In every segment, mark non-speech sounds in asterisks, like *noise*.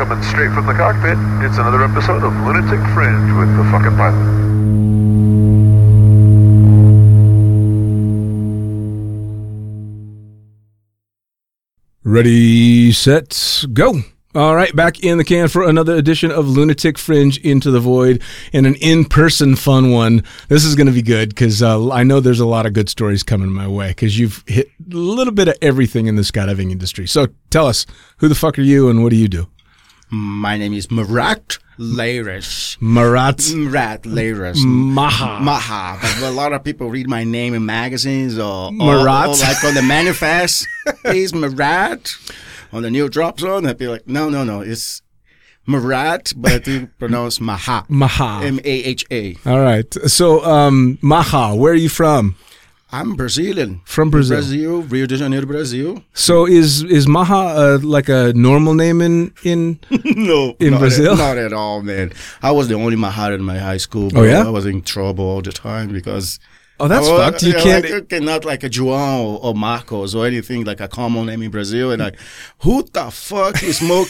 Coming straight from the cockpit, it's another episode of Lunatic Fringe with the fucking pilot. Ready, set, go. All right, back in the can for another edition of Lunatic Fringe Into the Void and an in person fun one. This is going to be good because uh, I know there's a lot of good stories coming my way because you've hit a little bit of everything in the skydiving industry. So tell us, who the fuck are you and what do you do? My name is Marat Larish. Marat Marat Larish. Maha. Maha. But a lot of people read my name in magazines or, or- Marat. or like on the manifest. He's Marat on the new drop zone. I'd be like, no, no, no. It's Marat, but you pronounce Maha. Maha. M A H A. All right. So, um, Maha, where are you from? I'm Brazilian. From Brazil. Brazil, Rio de Janeiro, Brazil. So is is Maha uh, like a normal name in in *laughs* no, In not Brazil? at, not at all, man. I was the only Mahat in my high school. Oh, bro. yeah? I was in trouble all the time because Oh, that's Well, fucked. You yeah, can't Like, okay, not like a João or Marcos or anything like a common name in Brazil. And like, who the fuck *laughs* is smoke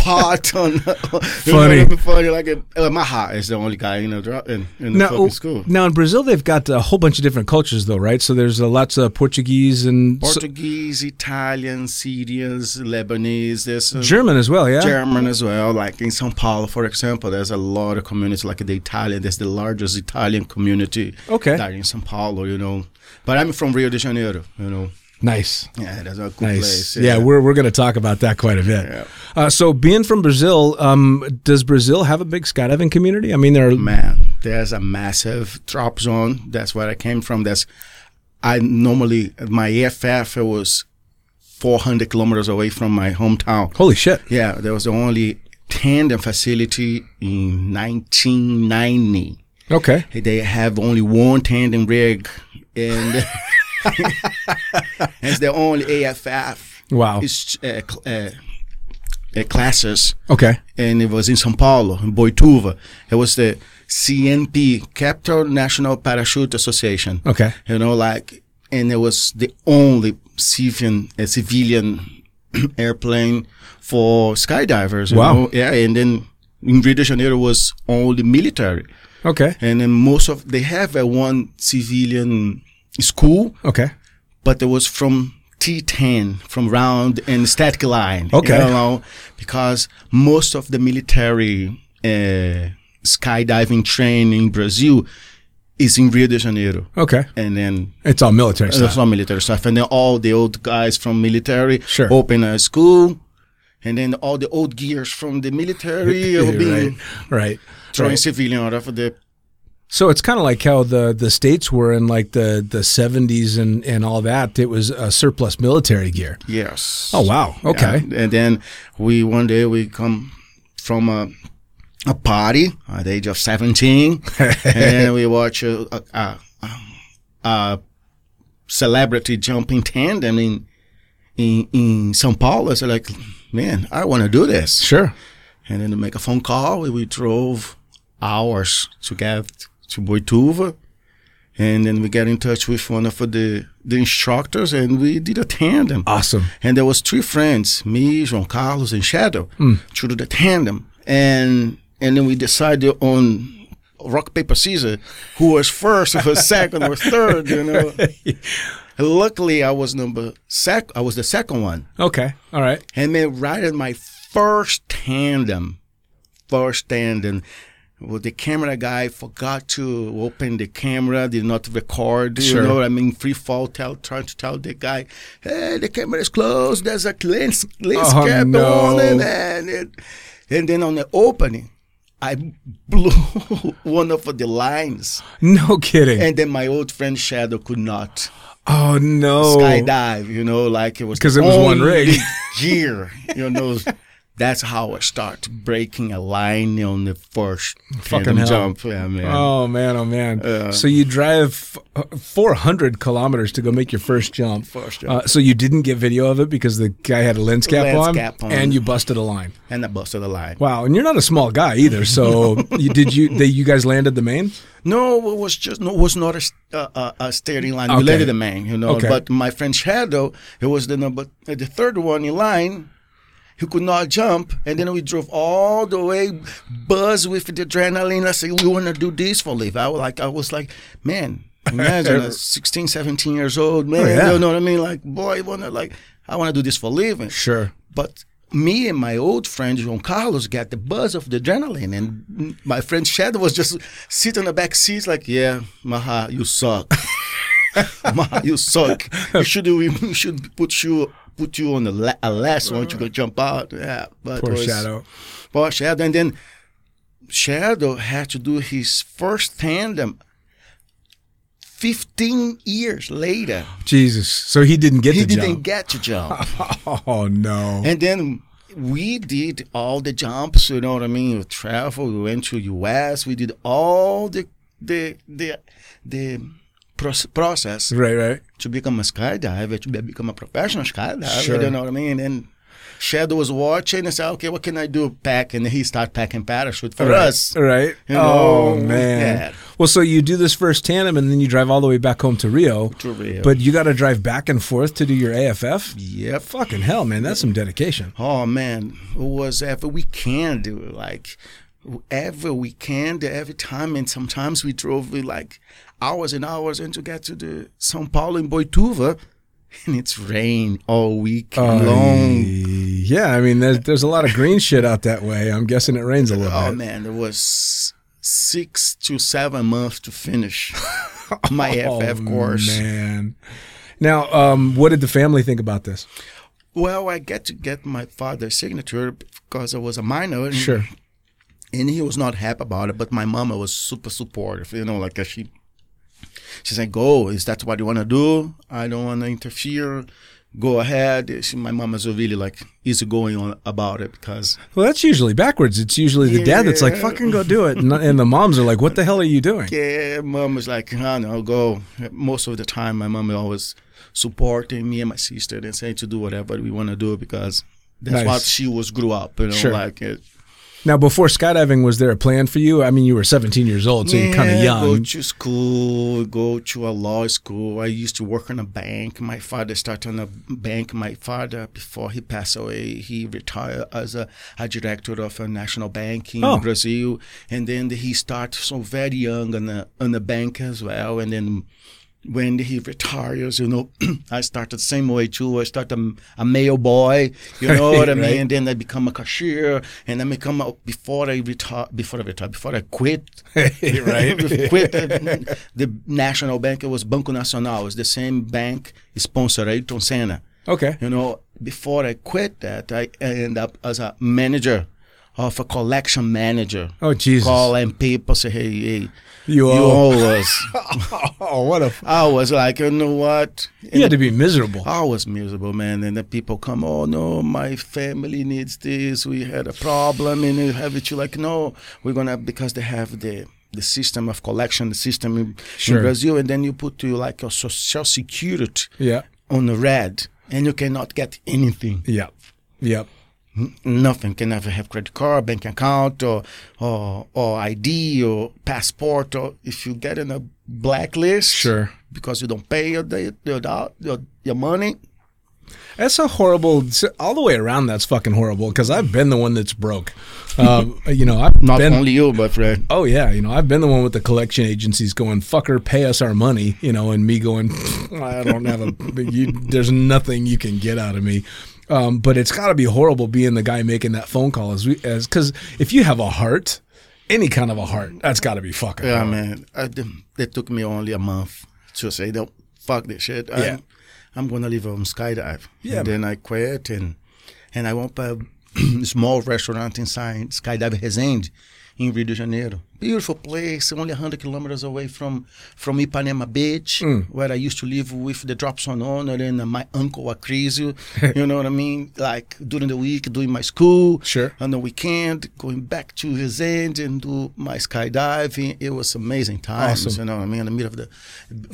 pot on? Funny. funny. Like, uh, Maha is the only guy in the drop in, in the now, fucking school. now in Brazil they've got a whole bunch of different cultures though, right? So there's uh, lots of Portuguese and so- Portuguese, Italian, Syrians, Lebanese. There's uh, German as well, yeah. German as well. Like in São Paulo, for example, there's a lot of communities like the Italian. There's the largest Italian community Okay. there in São Paulo. You know, but I'm from Rio de Janeiro. You know. Nice, Yeah, that's a good nice. place. yeah. we're we're gonna talk about that quite a bit. Yeah. Uh, so being from Brazil, um, does Brazil have a big skydiving community? I mean, there are man, there's a massive drop zone. That's where I came from. That's I normally my EFF it was 400 kilometers away from my hometown. holy shit. Yeah, there was only tandem facility in 1990. Okay, They have only one tandem rig, and *laughs* it's the only AFF wow. is, uh, cl- uh, uh, classes Okay, and it was in São Paulo, in Boituva. It was the CNP, Capital National Parachute Association. okay. You know, like, and it was the only civilian, uh, civilian *clears throat* airplane for skydivers. you Wow. know? Yeah, and then in Rio de Janeiro was only military. Okay, And then most of, they have a one civilian school, okay. but it was from T10, from round and static line. Okay. You know, because most of the military uh, skydiving training in Brazil is in Rio de Janeiro. Okay, And then it's all military there's stuff. some military stuff. And then all the old guys from military Sure. open a school. And then all the old gears from the military *laughs* are right, being right. throwing right. civilian out of the So it's kind of like how the, the states were in like the, the 70s and, and all that. It was uh, surplus military gear. yes. Oh, wow. Okay. Yeah, And then we one day we come from a a party at the age of seventeen, and we watch a a, a, a celebrity jumping tandem in in in São Paulo. So like, man, I want to do this. Sure. And then to make a phone call, we drove hours to get to Boituva. And then we got in touch with one of the, the instructors and we did a tandem. Awesome. And there was three friends, me, João Carlos, and Shadow, to do the tandem. And and then we decided on rock paper scissors, who was first, who was second, who was third. You know. And luckily, I was number sec. I was the second one. Okay. All right. *laughs* And then right in my first tandem, first tandem, well, the camera guy forgot to open the camera, did not record. You Sure. know what I mean? Free fall, tell, trying to tell the guy, hey, the camera is closed. There's a lens, lens Oh, cap no. on it. And, it, and then on the opening, I blew *laughs* one of the lines. No kidding. And then my old friend Shadow could not oh, no. skydive, you know, like it was 'Cause it was one only *laughs* rig. year, you know. That's how I start breaking a line on the first Fucking tandem hell. jump. Yeah, man. Oh, man. Oh, man. Uh. so you drive f- 400 kilometers to go make your first jump. First Uh, so you didn't get video of it because the guy had a lens cap, Lens on, cap on. and you busted a line. And I busted a line. Wow. And you're not a small guy either. *laughs* So you, did you, they, you guys landed the main? No, it was just no, it was not a, st- uh, uh, a steering line. We Okay. landed the man, you know. Okay. But my friend Shadow, it was the number, uh, the third one in line. He could not jump, and then we drove all the way, buzz with the adrenaline. I said, "We want to do this for life." I was like, I was like, man, imagine *laughs* a 16, 17 years old man. Oh, yeah. You know what I mean? Like, boy, I wanna like, I want to do this for a living. Sure. But me and my old friend João Carlos got the buzz of the adrenaline, and my friend Shadow was just sitting on the back seat, like, "Yeah, Maha, you suck. *laughs* Maha, you suck. You should we should put you put you on the la- a last one. You could jump out. Yeah, but Poor it was- Shadow. Poor Shadow, and then Shadow had to do his first tandem. 15 years later, Jesus. So he didn't get he the didn't job. get to jump. *laughs* oh no. And then we did all the jumps, you know what I mean? We traveled, we went to US, we did all the the the the proce- process right, right. to become a skydiver, to be- become a professional skydiver, Sure. you know what I mean? And Shadow was watching and said, Okay, what can I do? Pack and he started packing parachute for us. Right. You oh know, man. yeah. Well, so you do this first tandem, and then you drive all the way back home to Rio. To Rio. But you got to drive back and forth to do your AFF. Yep. Fucking hell, man. That's some dedication. Oh man, it was every weekend, dude. Like every weekend, every time, and sometimes we drove we, like hours and hours and to get to the São Paulo in Boituva, *laughs* and it's rain all week long. Yeah, I mean, there's, there's a lot of green shit out that way. I'm guessing it rains a little Oh bit. man, it was six to seven months *laughs* to finish my FF course. Oh, man. Now, um, what did the family think about this? Well, I get to get my father's signature because I was a minor. and- Sure. and he was not happy about it. But my mama was super supportive, you know, like uh, she, she said, "Go, is that what you want to do? I don't want to interfere. Go ahead." She, my mama's really like easy going on about it because Well, that's usually backwards. It's usually the dad that's like, "Fucking go do it," and, and the moms are like, "What the hell are you doing?" yeah, mom was like, "No, no, go." Most of the time, my mom always supporting me and my sister and saying to do whatever we want to do because that's Nice. what she was grew up, you know, Sure. like. It, Now, before skydiving, was there a plan for you? I mean, you were 17 years old, so you're kind of Yeah, Go young. to school, go to a law school. I used to work in a bank. My father started on a bank. My father, before he passed away, he retired as a, a director of a national bank in Oh. Brazil. And then he started so very young on the, on the bank as well. And then when he retires, you know, *clears throat* I started the same way too. I started a, a mail boy, *laughs* you know what I mean? Right. And then I become a cashier, and I become a, before I retire, before I retire, before I quit, *laughs* Right. *laughs* quit the, the national bank. It was Banco Nacional. It's the same bank sponsor Ayrton Senna. Okay. You know, before I quit that, I end up as a manager of a collection manager. Oh, Jesus. Calling people, say, hey, hey, You you owe. owe us. *laughs* Oh, what a. F- I was like, you know *laughs* what? you had to be miserable. I was miserable, man. And then people come, oh no, my family needs this. We had a problem, and you have it. You're like, no, we're gonna because they have the the system of collection, the system in, in Sure. Brazil, and then you put you like your social security Yeah. on the red, and you cannot get anything. Yep. Yep. Nothing can ever have credit card, bank account, or or or ID or passport. Or if you get in a blacklist, Sure. because you don't pay your the- your do- your, your money. That's a horrible. All the way around, that's fucking horrible. Because I've been the one that's broke. *laughs* Um, you know, I've Not been. only you, but friend. Oh yeah, you know I've been the one with the collection agencies going fucker, pay us our money, you know, and me going, I don't have *laughs* a, but you, there's nothing you can get out of me. Um, but it's got to be horrible being the guy making that phone call as we as because if you have a heart, any kind of a heart, that's got to be fucking. Yeah, hard. man. I, didn't- it took me only a month to say, "Don't fuck this shit." I'm, Yeah. I'm gonna live on skydive. Yeah, And then I quit and and I opened a *clears throat* small restaurant inside Skydive Resende in Rio de Janeiro. Beautiful place, only 100 kilometers away from from Ipanema Beach, Hum. where I used to live with the Drops on Honor and uh, my uncle *laughs* Acrisio. you know what I mean? Like during the week, doing my school Sure. on the weekend, going back to Resende and do my skydiving. It was amazing times. Awesome. You know, what I mean, in the middle of the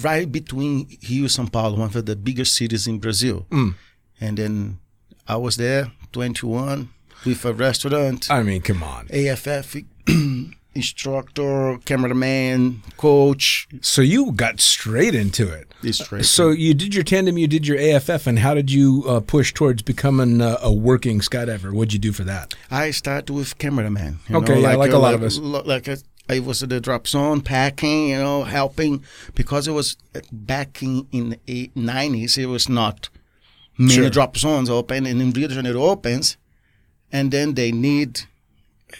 right between Rio and São Paulo, one of the biggest cities in Brazil. Hum. And then I was there, 21, with a restaurant, I mean, come on. AFF. *clears throat* instructor, cameraman, coach. So you got straight into it. It's straight. So you did your tandem, you did your AFF, and how did you uh, push towards becoming uh, a working skydiver? What'd you do for that? I started with cameraman. You Okay, know, yeah, like a uh, lot of us. lo- Like uh, I was at the drop zone, packing, you know, helping, because it was uh, back in in eight, 90s, it was not many Sure. drop zones open, and in Rio de Janeiro opens, and then they need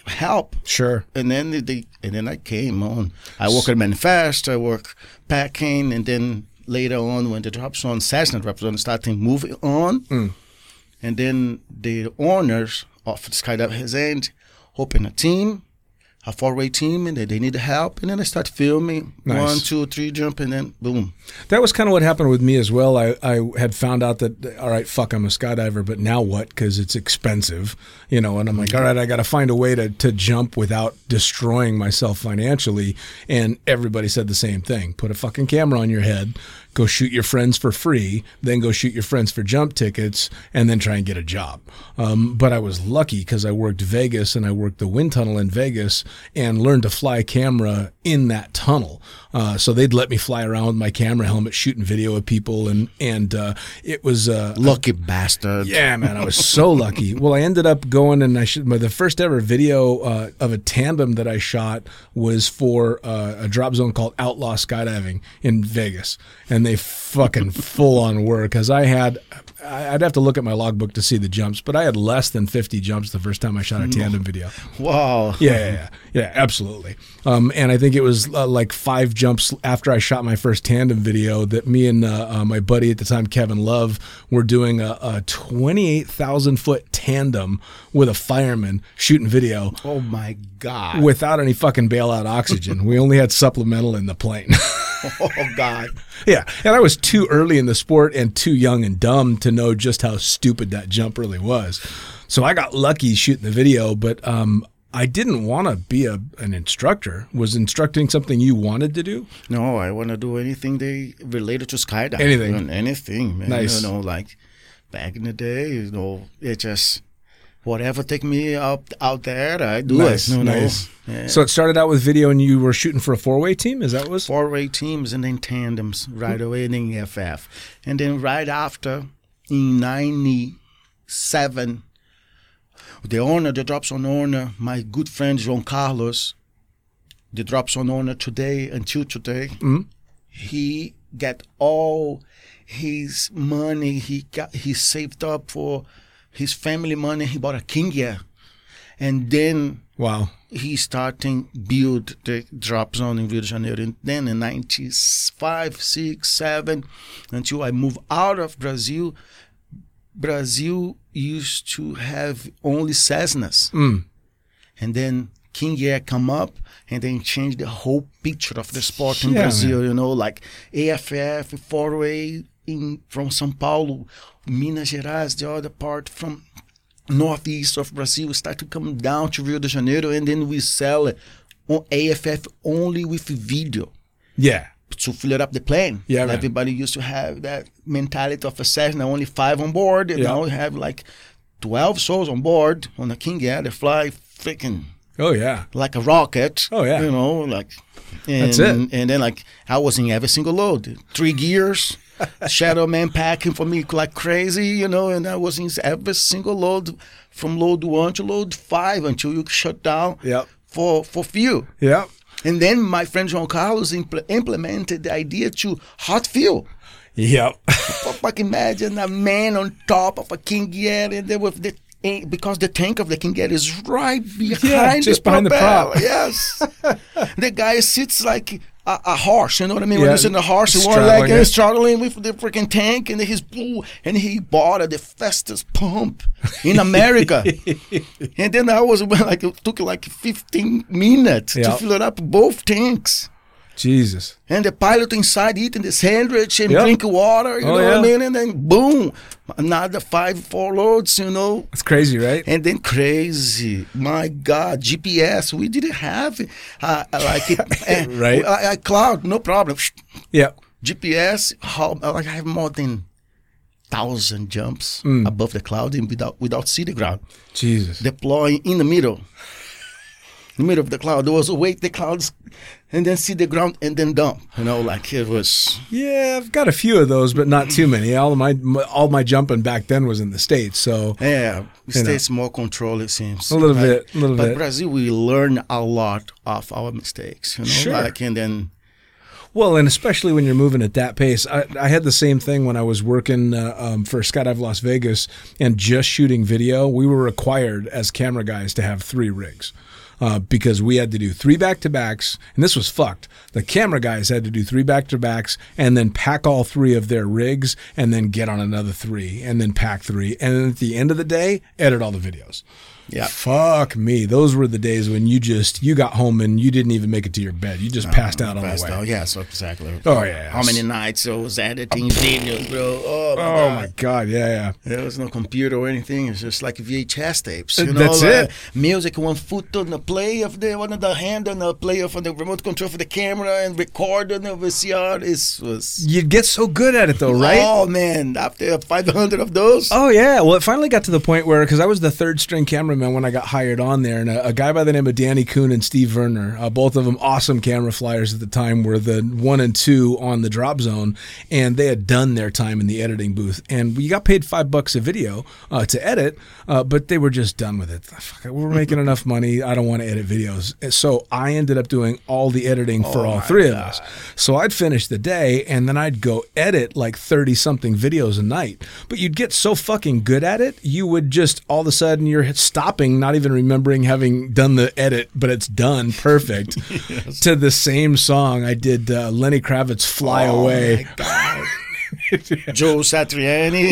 help. Sure. And then they, and then I came on. I work at Manifest. I work packing, and then later on, when the drop zone, Cessna drop zone, starting moving on, Mm. and then the owners of the Skydive has end open a team, a four-way team, and then they need help, and then I start filming Nice. one, two, three, jump, and then boom. That was kind of what happened with me as well. I, I had found out that, all right, fuck, I'm a skydiver, but now what? Because it's expensive, you know, and I'm like, all right, I got to find a way to, to jump without destroying myself financially. And everybody said the same thing put a fucking camera on your head, go shoot your friends for free, then go shoot your friends for jump tickets, and then try and get a job. Um, but I was lucky because I worked Vegas and I worked the wind tunnel in Vegas and learned to fly camera in that tunnel. Uh, so they'd let me fly around with my camera helmet, shooting video of people, and and uh, it was uh, Lucky bastard. yeah, man, I was so *laughs* lucky. Well, I ended up going and I should, my the first ever video uh, of a tandem that I shot was for uh, a drop zone called Outlaw Skydiving in Vegas, and they *laughs* fucking full on were because I had I- I'd have to look at my logbook to see the jumps, but I had less than fifty jumps the first time I shot a tandem video. Wow. Yeah, yeah, yeah, yeah, absolutely. Um, and I think it was uh, like five jumps after I shot my first tandem video that me and uh, uh, my buddy at the time, Kevin Love, were doing a, a 28,000 foot tandem with a fireman shooting video Oh my god. without any fucking bailout oxygen. we only had supplemental in the plane. *laughs* *laughs* oh god. yeah. And I was too early in the sport and too young and dumb to know just how stupid that jump really was. So I got lucky shooting the video, but um, I didn't want to be a, an instructor. Was instructing something you wanted to do? No, I want to do anything they related to skydiving. Anything. And anything, man. Nice. You know, like back in the day, you know, it just whatever take me up out there, I do it. You know? So it started out with video and you were shooting for a four way team? Is that what it was? Four-way teams and then tandems right away in the EFF, and then right after in '97, the owner, the drops on owner, my good friend João Carlos, the drops on owner today until today. he got all his money he got he saved up for his family money he bought a kingia and then Wow. he starting build the drop zone in Rio de Janeiro and then in 95 6 7 until I move out of Brazil Brazil used to have only Cessnas and then King Air come up and then change the whole picture of the sport in Yeah, Brazil. You know, like AFF, four-way in from São Paulo, Minas Gerais, the other part from northeast of Brazil start to come down to Rio de Janeiro, and then we sell it on AFF only with video Yeah. to fill it up the plane. Yeah, man. everybody used to have that mentality of a Cessna, only five on board. And Yeah. Now we have like twelve souls on board on the King Air. They fly freaking Oh, yeah. like a rocket. Oh, yeah. you know, like and, That's it. And then like I was in every single load, *laughs* three gears. Shadow man packing for me like crazy, you know, and I was in every single load from load one to load five until you shut down Yep. for for fuel. Yeah. And then my friend John Carlos impl- implemented the idea to hot fuel. Yep. *laughs* Fuck, imagine a man on top of a King Air and then with the eh, because the tank of the King Air is right behind the just behind the propeller. prop. *laughs* Yes, the guy sits like a, a horse. You know what I mean? When Yeah, he's in a horse, with one straddling leg it. and struggling with the freaking tank, and he's blue, and he bought the fastest pump *laughs* in America. and then I was *laughs* like, it took like 15 minutes Yeah. to fill up both tanks Jesus. and the pilot inside eating the sandwich and Yep. drinking water, you Oh, know what I yeah. mean? And then boom, another five four loads, you know. It's crazy, right? And then crazy, my God, GPS. We didn't have uh, *laughs* like it, uh, Right. I, I cloud, no problem. Yeah. GPS. How uh, like I have more than thousand jumps Mm. above the cloud and without without see the ground Jesus. deploying in the middle. the middle of the cloud. There was awake the clouds, and then see the ground, and then dump. You know, like it was. Yeah, I've got a few of those, but not too many. All my, my all my jumping back then was in the states, so Yeah, states more control it seems. A little Like, bit, a little but bit. Brazil, we learn a lot of our mistakes. You know, Sure. like and then Well, and especially when you're moving at that pace. I, I had the same thing when I was working uh, um, for Skydive Las Vegas and just shooting video. We were required as camera guys to have three rigs uh, because we had to do three back to backs. And this was fucked. The camera guys had to do three back to backs and then pack all three of their rigs and then get on another three and then pack three. And then at the end of the day, edit all the videos. Yeah. Fuck me. Those were the days when you just you got home and you didn't even make it to your bed. You just passed out on the way. Oh yeah, so exactly. Oh, yeah. How many nights I was editing videos, bro? Oh my Oh god. my god, yeah, yeah. There was no computer or anything. It's just like VHS tapes. You know, that's like it. Music, one foot on the play of the one on the hand on the play of the remote control for the camera and record on the VCR. It was You'd get so good at it though, right? Oh man, after 500 of those. Oh yeah. Well, it finally got to the point where because I was the third string cameraman when I got hired on there, and a, a guy by the name of Danny Kuhn and Steve Werner, uh, both of them awesome camera flyers at the time, were the one and two on the drop zone, and they had done their time in the editing booth, and we got paid five bucks a video uh, to edit, uh, but they were just done with it. Fuck it, we're making enough money. I don't want to edit videos, And so I ended up doing all the editing for all three of us. So I'd finish the day, and then I'd go edit like thirty something videos a night. But you'd get so fucking good at it, you would just all of a sudden you're stopping, not even remembering having done the edit, but it's done perfect to the same song I did uh, Lenny Kravitz "Fly Away." Joe Satriani,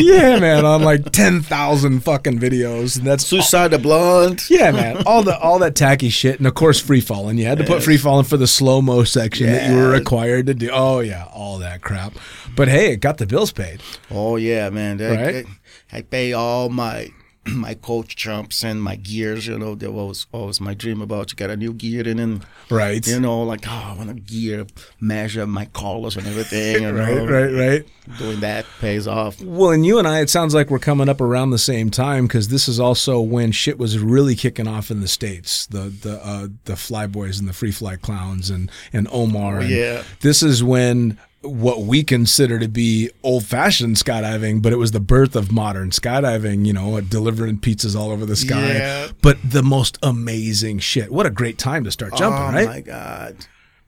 *laughs* Yeah, man, on like ten thousand fucking videos, and that's Suicide the Blonde. Yeah, man. All the all that tacky shit, and of course free falling. You had to put free falling for the slow mo section that you were Yes. required to do. Oh yeah, all that crap. But hey, it got the bills paid. Oh yeah, man. I, Right? I, I pay all my *clears throat* my coach jumps and my gears. You know, that was always my dream about to get a new gear and then Right. you know, like oh, I want a gear measure my collars and everything. You *laughs* Right, know, right, right. Doing that pays off. Well, and you and I, it sounds like we're coming up around the same time because this is also when shit was really kicking off in the states. The the uh, the Flyboys and the Free Fly Clowns and and Omar. and Oh, Yeah. This is when what we consider to be old fashioned skydiving, but it was the birth of modern skydiving. You know, delivering pizzas all over the sky, Yeah. but the most amazing shit. What a great time to start jumping, oh right? my god.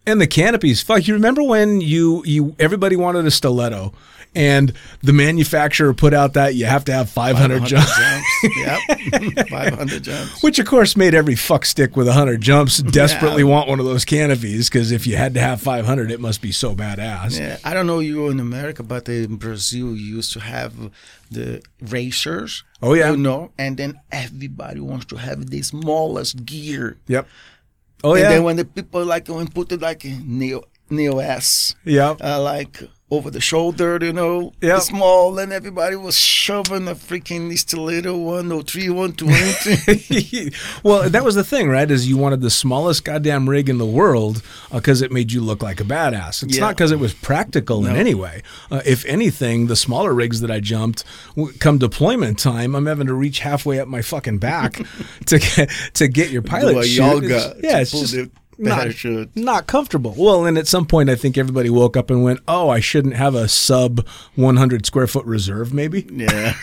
And the canopies. Fuck, you remember when you you everybody wanted a stiletto and the manufacturer put out that you have to have 500, 100 jumps, jumps. Yep. 500 *laughs* jumps. which of course made every fuck stick with 100 jumps desperately want one of those canopies because if you had to have 500 it must be so badass. Yeah, I don't know you were in America, but in Brazil you used to have the racers. Oh, yeah. you know, and then everybody wants to have the smallest gear. Yep. Oh and yeah. then when the people like when put it like neo neo s, yep. uh, like over the shoulder, you know, Yeah. small, and everybody was shoving the freaking stiletto one oh three one *laughs* twenty. well, that was the thing, right? Is you wanted the smallest goddamn rig in the world because it made you look like a badass. It's Yeah. not because it was practical in any way. Uh, if anything, the smaller rigs that I jumped, w- come deployment time, I'm having to reach halfway up my fucking *laughs* back to get, to get your pilot a chute. yoga It's- to yeah, it's pull just the not, parachute. not comfortable. Well, and at some point, I think everybody woke up and went, "Oh, I shouldn't have a sub 100 square foot reserve, maybe." yeah,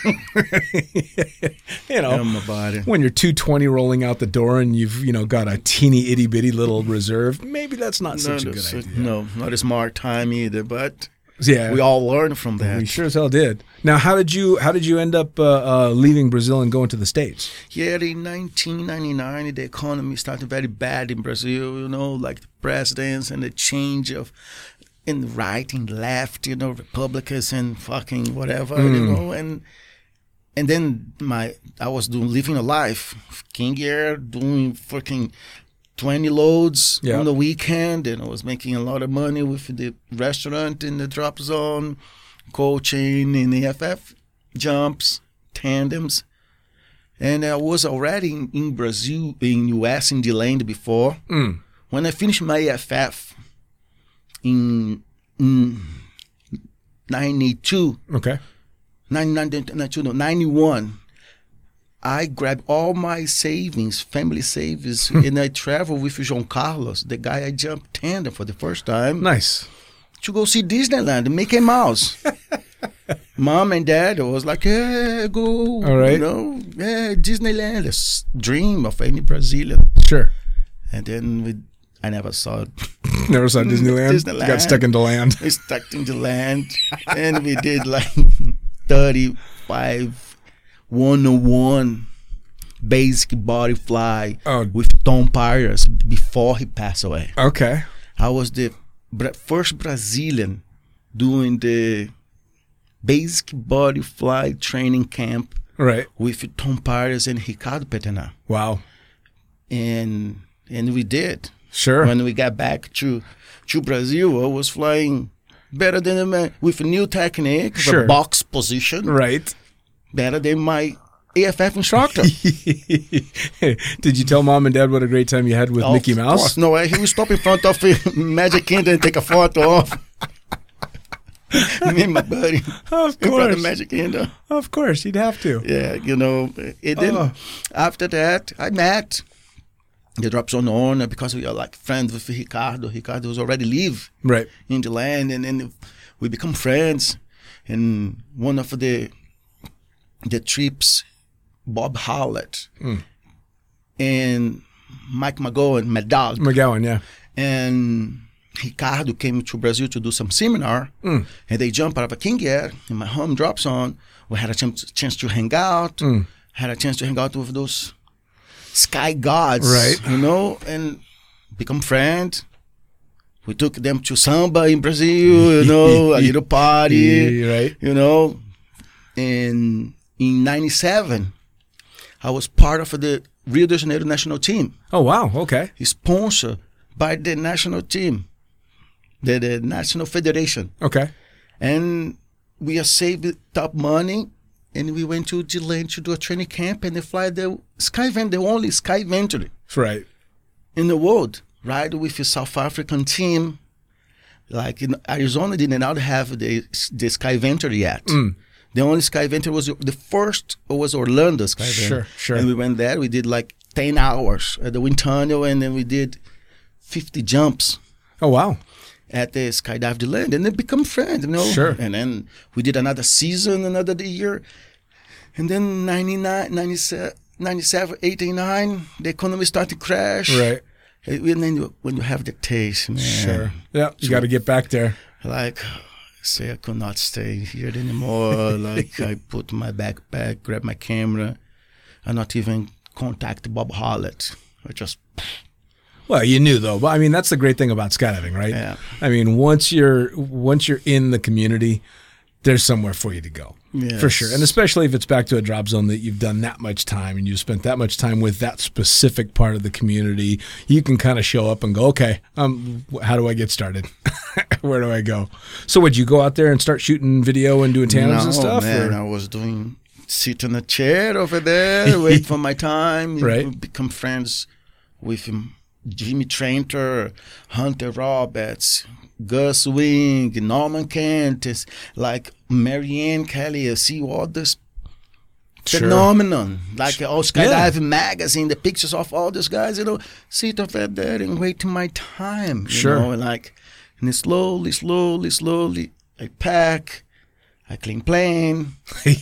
You know, on my body. when you're 220 rolling out the door and you've you know got a teeny itty bitty little reserve, maybe that's not No, such a no, good so- idea. no, not a smart time either, but Yeah, we all learn from that. we sure as hell did. Now, how did you how did you end up uh, uh, leaving Brazil and going to the states? Here in 1999, the economy started very bad in Brazil, you know, like the presidents and the change of in right and left, you know, Republicans and fucking whatever, you know, and and then my I was doing living a life, king air, doing fucking 20 loads Yeah. on the weekend, and I was making a lot of money with the restaurant in the drop zone, coaching in the FF jumps, tandems. And I was already in, in Brazil, in US, in the land before. When I finished my FF in, in 92, Okay, 99, 92, no, 91, I grab all my savings, family savings, and I travel with John Carlos, the guy I jumped tandem for the first time, Nice. to go see Disneyland, *laughs* Mickey Mouse. Mom and dad was like, yeah, go, All right. you know, yeah, Disneyland, a s- dream of any Brazilian. Sure. And then we, I never saw it. *laughs* Never saw Disneyland. Disneyland. Got stuck in the land. We stuck in the land, and we did like *laughs* 35 101 basic body fly Oh. with Tom Pires before he passed away. Okay. I was the Bra- first Brazilian doing the basic body fly training camp Right. with Tom Pires and Ricardo Petena. Wow. And and we did. Sure. When we got back to to Brazil, I was flying better than a man with new technique, Sure. the box position, right. *laughs* better than my AFF instructor. Did you tell mom and dad what a great time you had with *laughs* Mickey Of Mouse? course, no way. He will stop in front of *laughs* Magic Kingdom and take a photo of *laughs* me and my buddy. Of In front course. of Magic Kingdom. Of course, you'd have to. Yeah, you know, it didn't. Oh. After that, I met the Drops on Honor because we are like friends with Ricardo. Ricardo was already leave. Right. in the land and then we become friends and one of the the trips bob howlett and mike mcgowan my dog McGowan, yeah. and ricardo came to brazil to do some seminar Mm. and they jumped out of a king air and my home drops on we had a chance, chance to hang out Mm. had a chance to hang out with those sky gods Right. you know and become friends we took them to samba in *laughs* Brazil, you know, a little party, Yeah, right. you know. And in 97, I was part of the Rio de Janeiro national team, Oh wow, okay. sponsored by the national team, the, the National Federation. Okay. And we are saved top money. And we went to Deland to do a training camp and they fly the Skyvent, the only Skyventure That's right. in the world, right? With a South African team, like in Arizona did not have the the Sky Venture yet. Mm. The only Sky Venture was the first was Orlando Sky Venture. Sure, sure. And we went there. We did like ten hours at the wind tunnel, and then we did fifty jumps Oh wow. at the skydive the land and then become friends you know Sure. and then we did another season another year and then 99 97 97 89 the economy started to crash Right. and then you, when you have the taste man Sure. Yeah, you got to get back there. like say i could not stay here *laughs* anymore like i put my backpack grab my camera and not even contact bob Hallett. i just Well, you knew though. But I mean, that's the great thing about skydiving, right? Yeah. I mean, once you're once you're in the community, there's somewhere for you to go. For Yes. sure. And especially if it's back to a drop zone that you've done that much time and you've spent that much time with that specific part of the community, you can kind of show up and go, okay, um, wh- how do I get started? *laughs* Where do I go? So, would you go out there and start shooting video and doing tandems and stuff? Man, or- I was doing sit on a chair over *laughs* there, wait for my time, Right. become friends with um, Jimmy Tranter, Hunter Roberts, Gus Wing, Norman Cantis, like Marianne Kelly, I see all this Sure. phenomenon. Like all Yeah. skydiving magazine, the pictures of all these guys, you know, sit over there and wait till my time. You Sure. know, and like and slowly, slowly, slowly I pack, I clean *laughs* plane, I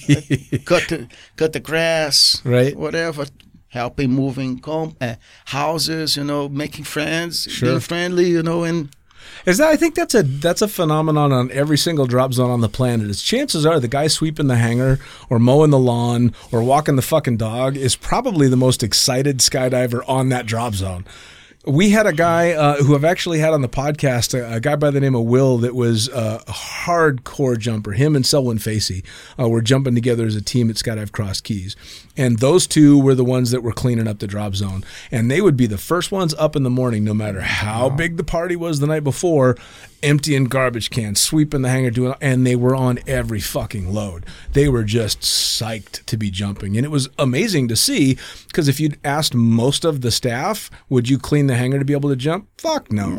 cut the cut the grass, Right. Whatever. Helping moving com- uh, houses, you know, making friends, Sure. being friendly, you know, and Is that I think that's a that's a phenomenon on every single drop zone on the planet. Is chances are the guy sweeping the hangar or mowing the lawn or walking the fucking dog is probably the most excited skydiver on that drop zone. We had a guy uh, who I've actually had on the podcast, a, a guy by the name of Will, that was uh, a hardcore jumper. Him and Selwyn Facey uh, were jumping together as a team at Skydive Cross Keys. And those two were the ones that were cleaning up the drop zone. And they would be the first ones up in the morning, no matter how big the party was the night before, emptying garbage cans, sweeping the hangar, doing, and they were on every fucking load. They were just psyched to be jumping. And it was amazing to see because if you'd asked most of the staff, would you clean the hangar to be able to jump? Fuck *laughs* no.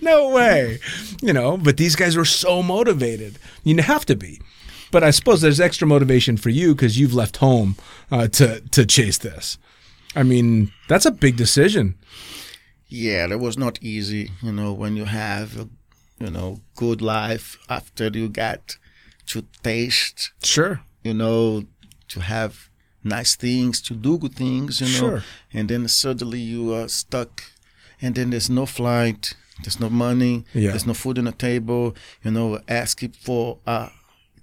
no way. You know, but these guys were so motivated. You have to be. But I suppose there's extra motivation for you because you've left home uh, to to chase this. I mean, that's a big decision. yeah, that was not easy. You know, when you have, a, you know, good life after you got to taste, Sure. you know, to have nice things, to do good things, you know, Sure. and then suddenly you are stuck, and then there's no flight, there's no money, Yeah. there's no food on the table, you know, asking for uh,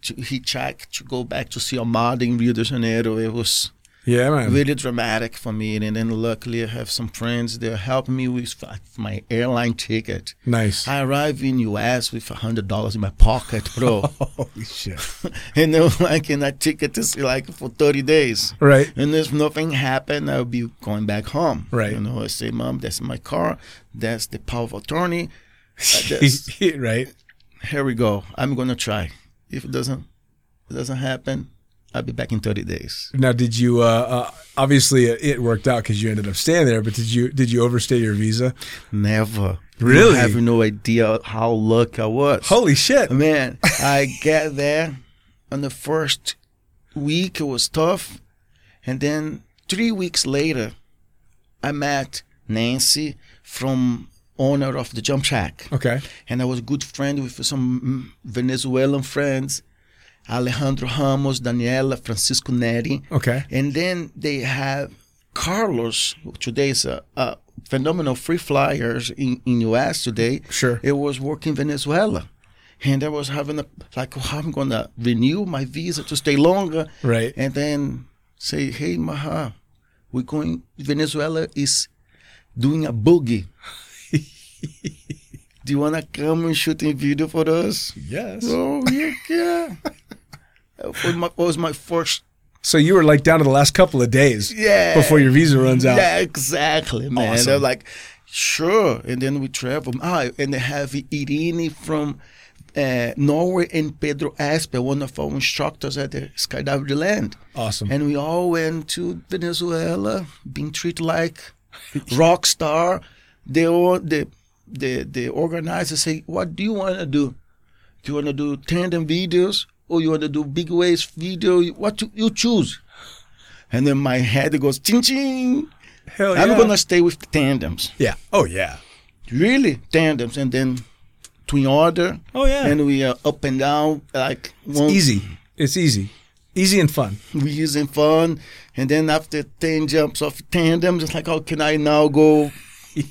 to hitchhike to go back to see your mother in Rio de Janeiro. It was Yeah, man. really dramatic for me. And then luckily, I have some friends that help me with uh, my airline ticket. nice. I arrive in US with hundred dollars in my pocket, *laughs* bro. *laughs* Holy shit. *laughs* and then like, and that ticket is like for thirty days. *laughs* Right. And if nothing happened, I'll be going back home. Right. You know, I say, Mom, that's my car. That's the power of *laughs* attorney. Uh, that's- right. here we go. I'm gonna try. If it doesn't, it doesn't happen. I'll be back in thirty days. Now, did you? Uh, uh, obviously, it worked out because you ended up staying there. But did you? Did you overstay your visa? Never. Really? You have no idea how lucky I was. Holy shit! Man, I get there on the first week it was tough. And then three weeks later I met Nancy from owner of the jump shack. Okay. And I was good friend with some mm, Venezuelan friends, Alejandro Ramos, Daniela, Francisco Neri. Okay. And then they have Carlos, who today is a, a phenomenal free flyers in, in US today. Sure. It was working Venezuela. And I was having a, like, oh, I'm going to renew my visa to stay longer. Right. And then say, hey, Maha, we're going, Venezuela is doing *laughs* a boogie. Do you want to come and shoot a video for us? Yes. Oh, yeah. *laughs* yeah. That was my, was my first So you were like down to the last couple of days. Yeah. Before your visa runs out. Yeah, exactly, man. Awesome. They're like, sure. And then we travel. Ah, and they have Irene from uh, Norway and Pedro Aspe, one of our instructors at the Skydiver Land. Awesome. And we all went to Venezuela, being treated like rock star. They all the the the organizers say, "What do you want to do? Do you want to do tandem videos or you want to do big waves video? What you, you choose?" And then my head goes, "Ching ching! Hell I'm gonna stay with the tandems. Yeah. Oh yeah. Really, tandems." And then twin order. Oh, yeah. And we are up and down like one, Easy. It's easy. Easy and fun. *laughs* we using fun. And then after 10 jumps off tandem, just like, how can I now go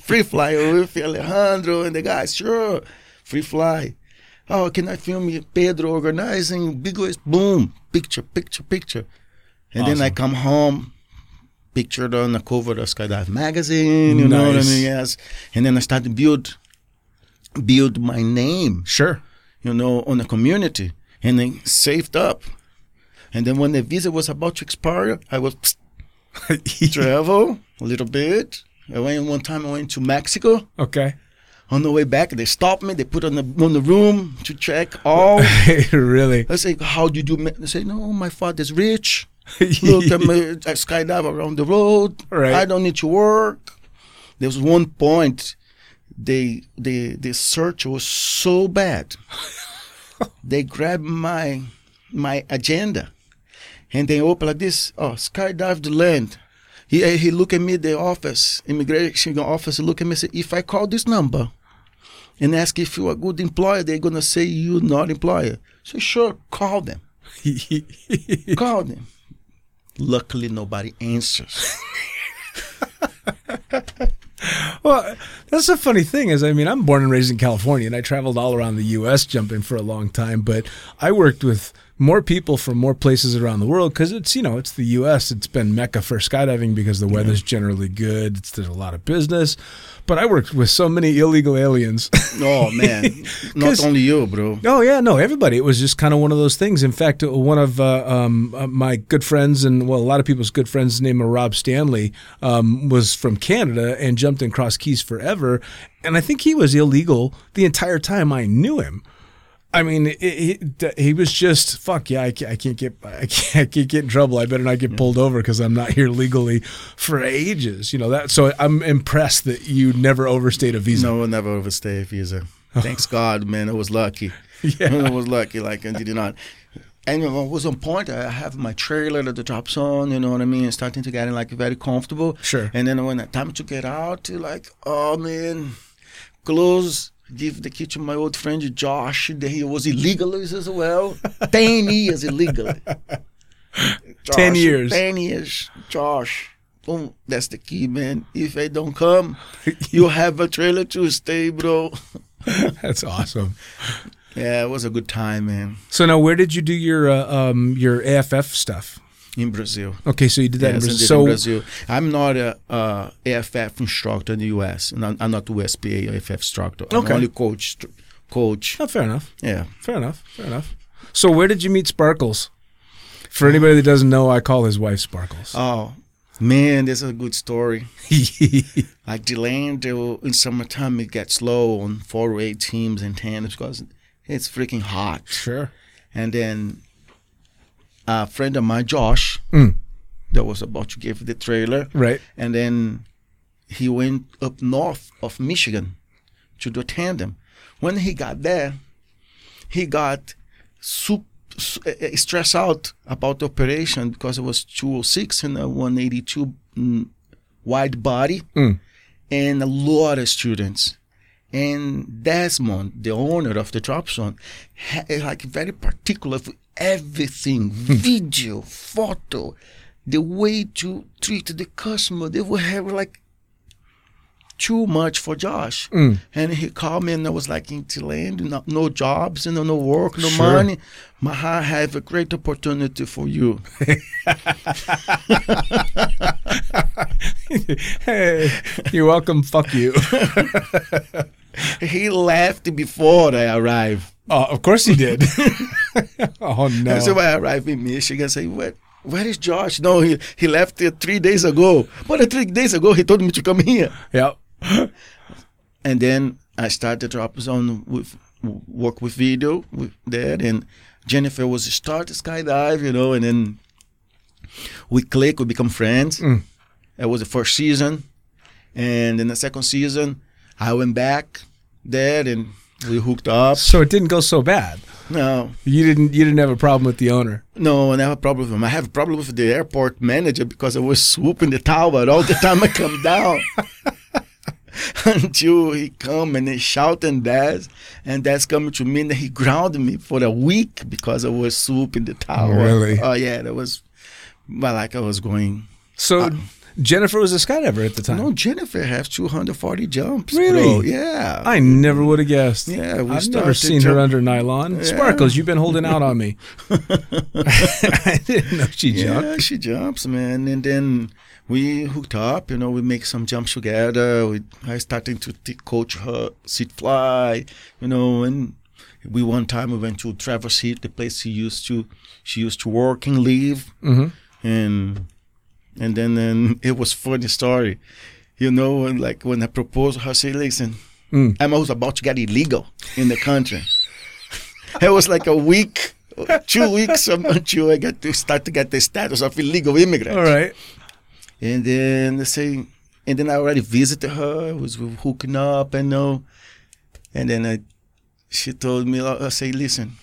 free fly with Alejandro and the guys? Sure, free fly. Oh, can I film you, Pedro organizing? Big waves, boom, picture, picture, picture. And then I come home, pictured on the cover of Skydive magazine, you know what I Nice. mean? Yes. And then I start to build, build my name Sure. you know, on the community and they saved up. And then when the visa was about to expire, I was travel a little bit. I went one time I went to Mexico. okay. On the way back, they stopped me. They put on the on the room to check all. really. I say, how do you do? Me-" They say, no, my father's rich. *laughs* *laughs* Look, I'm a, I skydive around the road. Right. I don't need to work. There was one point, they the the search was so bad. they grabbed my my agenda, and they open like this. Oh, skydive the land. He he look at me the office immigration office. Look at me. Say, if I call this number. And ask if you're a good employer, they're gonna say you not employer. So sure, call them called him. Luckily, nobody answers. Well, that's the funny thing is, I mean, I'm born and raised in California, and I traveled all around the U.S. jumping for a long time. But I worked with more people from more places around the world because it's you know it's the U.S. It's been mecca for skydiving because the weather's generally good. It's, there's a lot of business, but I worked with so many illegal aliens. *laughs* Oh *laughs* man, not 'Cause- only you, bro. Oh yeah, no, everybody. It was just kind of one of those things. In fact, uh, one of uh, um, uh, my good friends and well, a lot of people's good friends, named Rob Stanley, um, was from Canada and jumped in Cross Keys forever, and I think he was illegal the entire time I knew him. I mean, it, it, he was just fuck yeah. I can't, I can't get I can't, *laughs* I can't get in trouble. I better not get pulled over because I'm not here legally for ages. You know that. So I'm impressed that you never overstayed a visa. No, I never Oh. *laughs* overstay a visa. Thanks God, man. I was lucky. Yeah. I was lucky. Like I did not. and you know, it was on point. I have my trailer that the drops on, you know what I mean? Starting to getting like very comfortable. Sure. And then when it's time to get out, you're like, oh man, close. Give the key to my old friend Josh. Then He was illegal as *laughs* well. ten years illegal. Ten Josh, years. Ten years, Josh. Boom, that's the key, man. If I don't come, you *laughs* have a trailer to stay, bro. That's awesome. Yeah, it was a good time, man. So now, where did you do your uh, um, your AFF stuff? In Brazil. Okay, so you did that Yes, I in did Brazil. in So Brazil. I'm not a uh, AFF instructor in the U.S. and I'm, I'm not USPA AFF instructor. I'm Okay. only coach. tr- Coach. Oh, fair enough. Yeah. Fair enough. Fair enough. So where did you meet Sparkles? For anybody that doesn't know, I call his wife *laughs* Sparkles. Oh man, this is a good story. Like the land they will- in summertime, it gets low on four or eight teams and tandems because it's freaking hot. sure. And then a friend of mine, Josh, that was about to give the trailer. *laughs* Right. And then he went up north of Michigan to do tandem. When he got there, he got sup- su- eh, eh, stressed out about the operation because it was 206 and a 182 mm, wide body and a lot of students. And Desmond, the owner of the drop zone, ha- like very particular for everything, video, photo, the way to treat the customer. They will have like too much for Josh. And he called me and I was like, in Thailand, no, no jobs, and no work, no Sure. money. Maha, I have a great opportunity for you. *laughs* hey, you're welcome. Fuck *laughs* you. he left before I arrived. Oh, of course he did. *laughs* oh no. And so when I arrived in Michigan, I say, where, where is Josh? No, he, he left here three days ago. But uh, three days ago, he told me to come here. Yep. And then I started Drop Zone with work with video with that. And Jennifer was start to skydive, you know, and then we click, we become friends. That was the first season. And in the second season, I went back there and we hooked up. So it didn't go so bad. Now, You didn't. You didn't have a problem with the owner. No, I don't have a problem with him. I have a problem with the airport manager because I was swooping the tower all the time I come down. *laughs* Until he come and he shout and dance, and that's coming to me, and he grounded me for a week because I was swooping the tower. Really? Oh yeah, that was, well, like I was going. So Uh-uh. Jennifer was a skydiver at the time. No, Jennifer has 240 jumps. Really? bro. Yeah. I never would have guessed. Yeah, we I've never started seen to- her under nylon. Sparkles, you've been holding out on *laughs* me. *laughs* I didn't know she jumped. Yeah, she jumps, man. And then we hooked up, you know, we make some jumps together. We, I started to t- coach her seat fly, you know, and we one time we went to Traverse Heat, the place she used to, she used to work and live. Mm-hmm. And, and then, then it was funny story, you know, and like when I proposed her, say, listen, I'm always about to get illegal in the country. *laughs* It was like a week, two weeks until I got to start to get the status of illegal immigrant. All right. And then they say, and then I already visited her. I was hooking up and know. And then I, she told me, uh, I say, listen,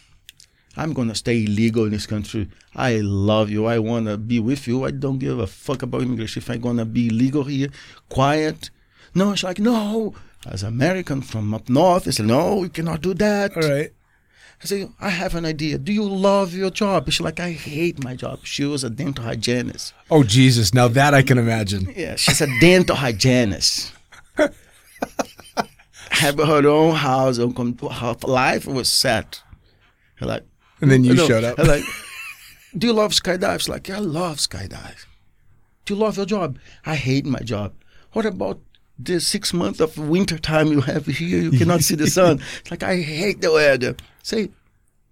I'm gonna stay illegal in this country. I love you. I wanna be with you. I don't give a fuck about immigration. If I'm gonna be illegal here, quiet. No, it's like no. As American from up north, I said, no, you cannot do that. All right. I say, I have an idea. Do you love your job? She's like, I hate my job. She was a dental hygienist. Oh Jesus! Now that I can imagine. *laughs* Yeah, she's a dental hygienist. *laughs* have her own house, own com- her life was set. I'm Like, And then you no. showed up. *laughs* I'm Like, do you love skydive? She's like, yeah, I love skydive. Do you love your job? I hate my job. What about the six months of winter time you have here? You cannot see the *laughs* sun. It's like I hate the weather. Say,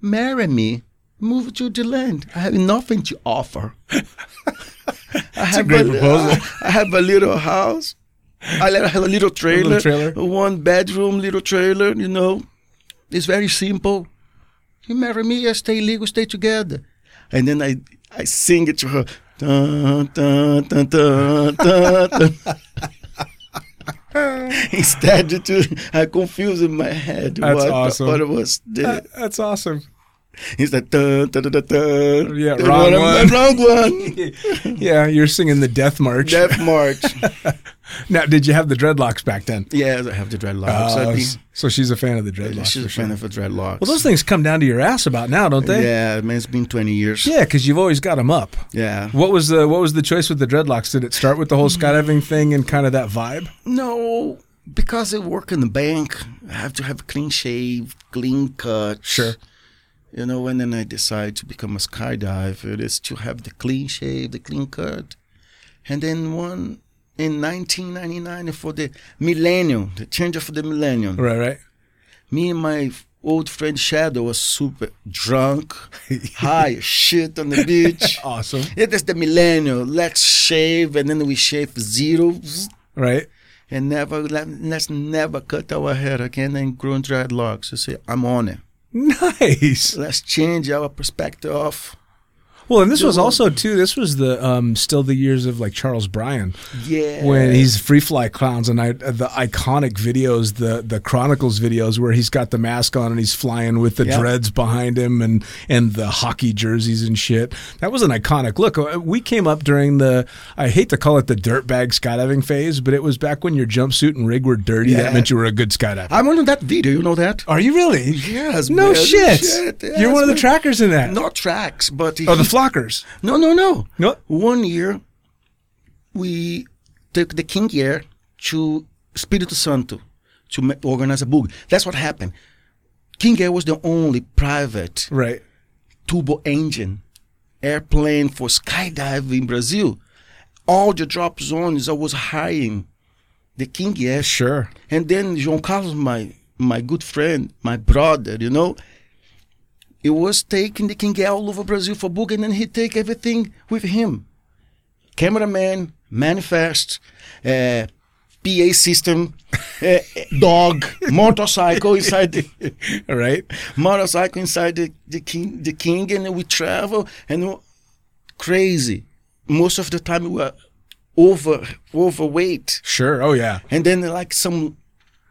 marry me. Move to the land. I have nothing to offer. *laughs* I have great proposal. *laughs* I have a little house. I li- I have a little trailer, trailer. one bedroom, little trailer. You know, it's very simple. You marry me, I stay legal, stay together. And then I I sing it to her. Dun, dun, dun, dun, dun, dun. *laughs* Instead, to, I confused in my head That's what, awesome. Uh, what was the, That- that's awesome. He's like, duh, duh, duh, duh, duh. Yeah, The wrong one. Wrong *laughs* one. yeah, you're singing the Death March. Death March. *laughs* now, did you have the dreadlocks back then? yeah, I have the dreadlocks. Uh, I think s- so she's a fan of the dreadlocks. she's for a sure. fan of the dreadlocks. Well, those things come down to your ass about now, don't they? yeah, man, it's been 20 years. Yeah, because you've always got them up. Yeah. What was the What was the choice with the dreadlocks? Did it start with the Mm. whole skydiving thing and kind of that vibe? No, because I work in the bank, I have to have clean shave, clean cut. Sure. You know, and then I decide to become a skydiver it is to have the clean shave, the clean cut. And then one in 1999 for the millennium, the change of the millennium. Right, right. Me and my old friend Shadow was super *laughs* drunk, high as shit on the beach. Awesome. It is the millennium. Let's shave, and then we shave zeros Right. and never let, let's never cut our hair again and grow dreadlocks. You say, I'm on it. Nice. Let's change our perspective of Well, and this was also too. This was the um, still the years of like Charles Bryan yeah. when he's free fly clowns and I, the iconic videos, the the Chronicles videos where he's got the mask on and he's flying with the Yeah. dreads behind him and and the hockey jerseys and shit. That was an iconic look. Uh, We came up during the I hate to call it the dirtbag skydiving phase, but it was back when your jumpsuit and rig were dirty. Yeah. That meant you were a good skydiver. I'm on that video. You know that? Are you really? Yes. No man, shit. yes, You're one of the man. trackers in that. Not tracks, but Oh, the he- flockers. no, no, no, No. One year, we took the king year to Espírito Santo to ma- organize a book. That's what happened. King Air was the only private Right. turbo engine airplane for skydiving in Brazil. All the drop zones I was hiring the King Air. Sure. And then João Carlos, my my good friend, my brother, you know, he was taking the King Air all over Brazil for book, and then he take everything with him. Cameraman, manifest, uh, PA system, *laughs* uh, dog, motorcycle inside the All right. motorcycle inside the, the king the king and we travel and we- crazy most of the time we were over overweight Sure. Oh yeah. and then like some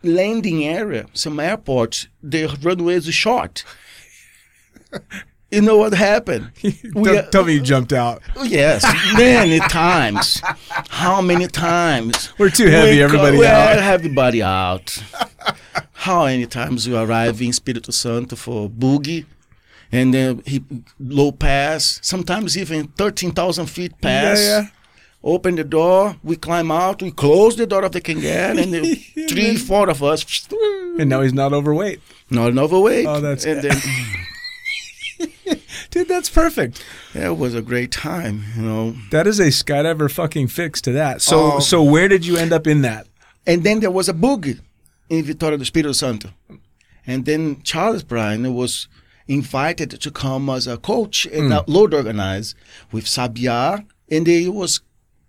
landing area some airports the runways are short you know what happened Don't are- tell me you jumped out. Oh, yes many times how many times We're too heavy. Wake everybody up- out. Well, everybody out. How many times you arrive in Espírito Santo for boogie, and then he low pass. Sometimes even thirteen thousand feet pass. Yeah, yeah. Open the door. We climb out. We close the door of the Kangan, *laughs* and the three, four of us. And now he's not overweight. No, no overweight. Oh, that's- and then *laughs* Dude, that's perfect. yeah, it was a great time. You know. That is a skydiver fucking fix to that. So Oh. so where did you end up in that? And then there was a boogie in Vitória do Espírito Santo. And then Charles Bryan was invited to come as a coach and a load organizer with Sabia. And it was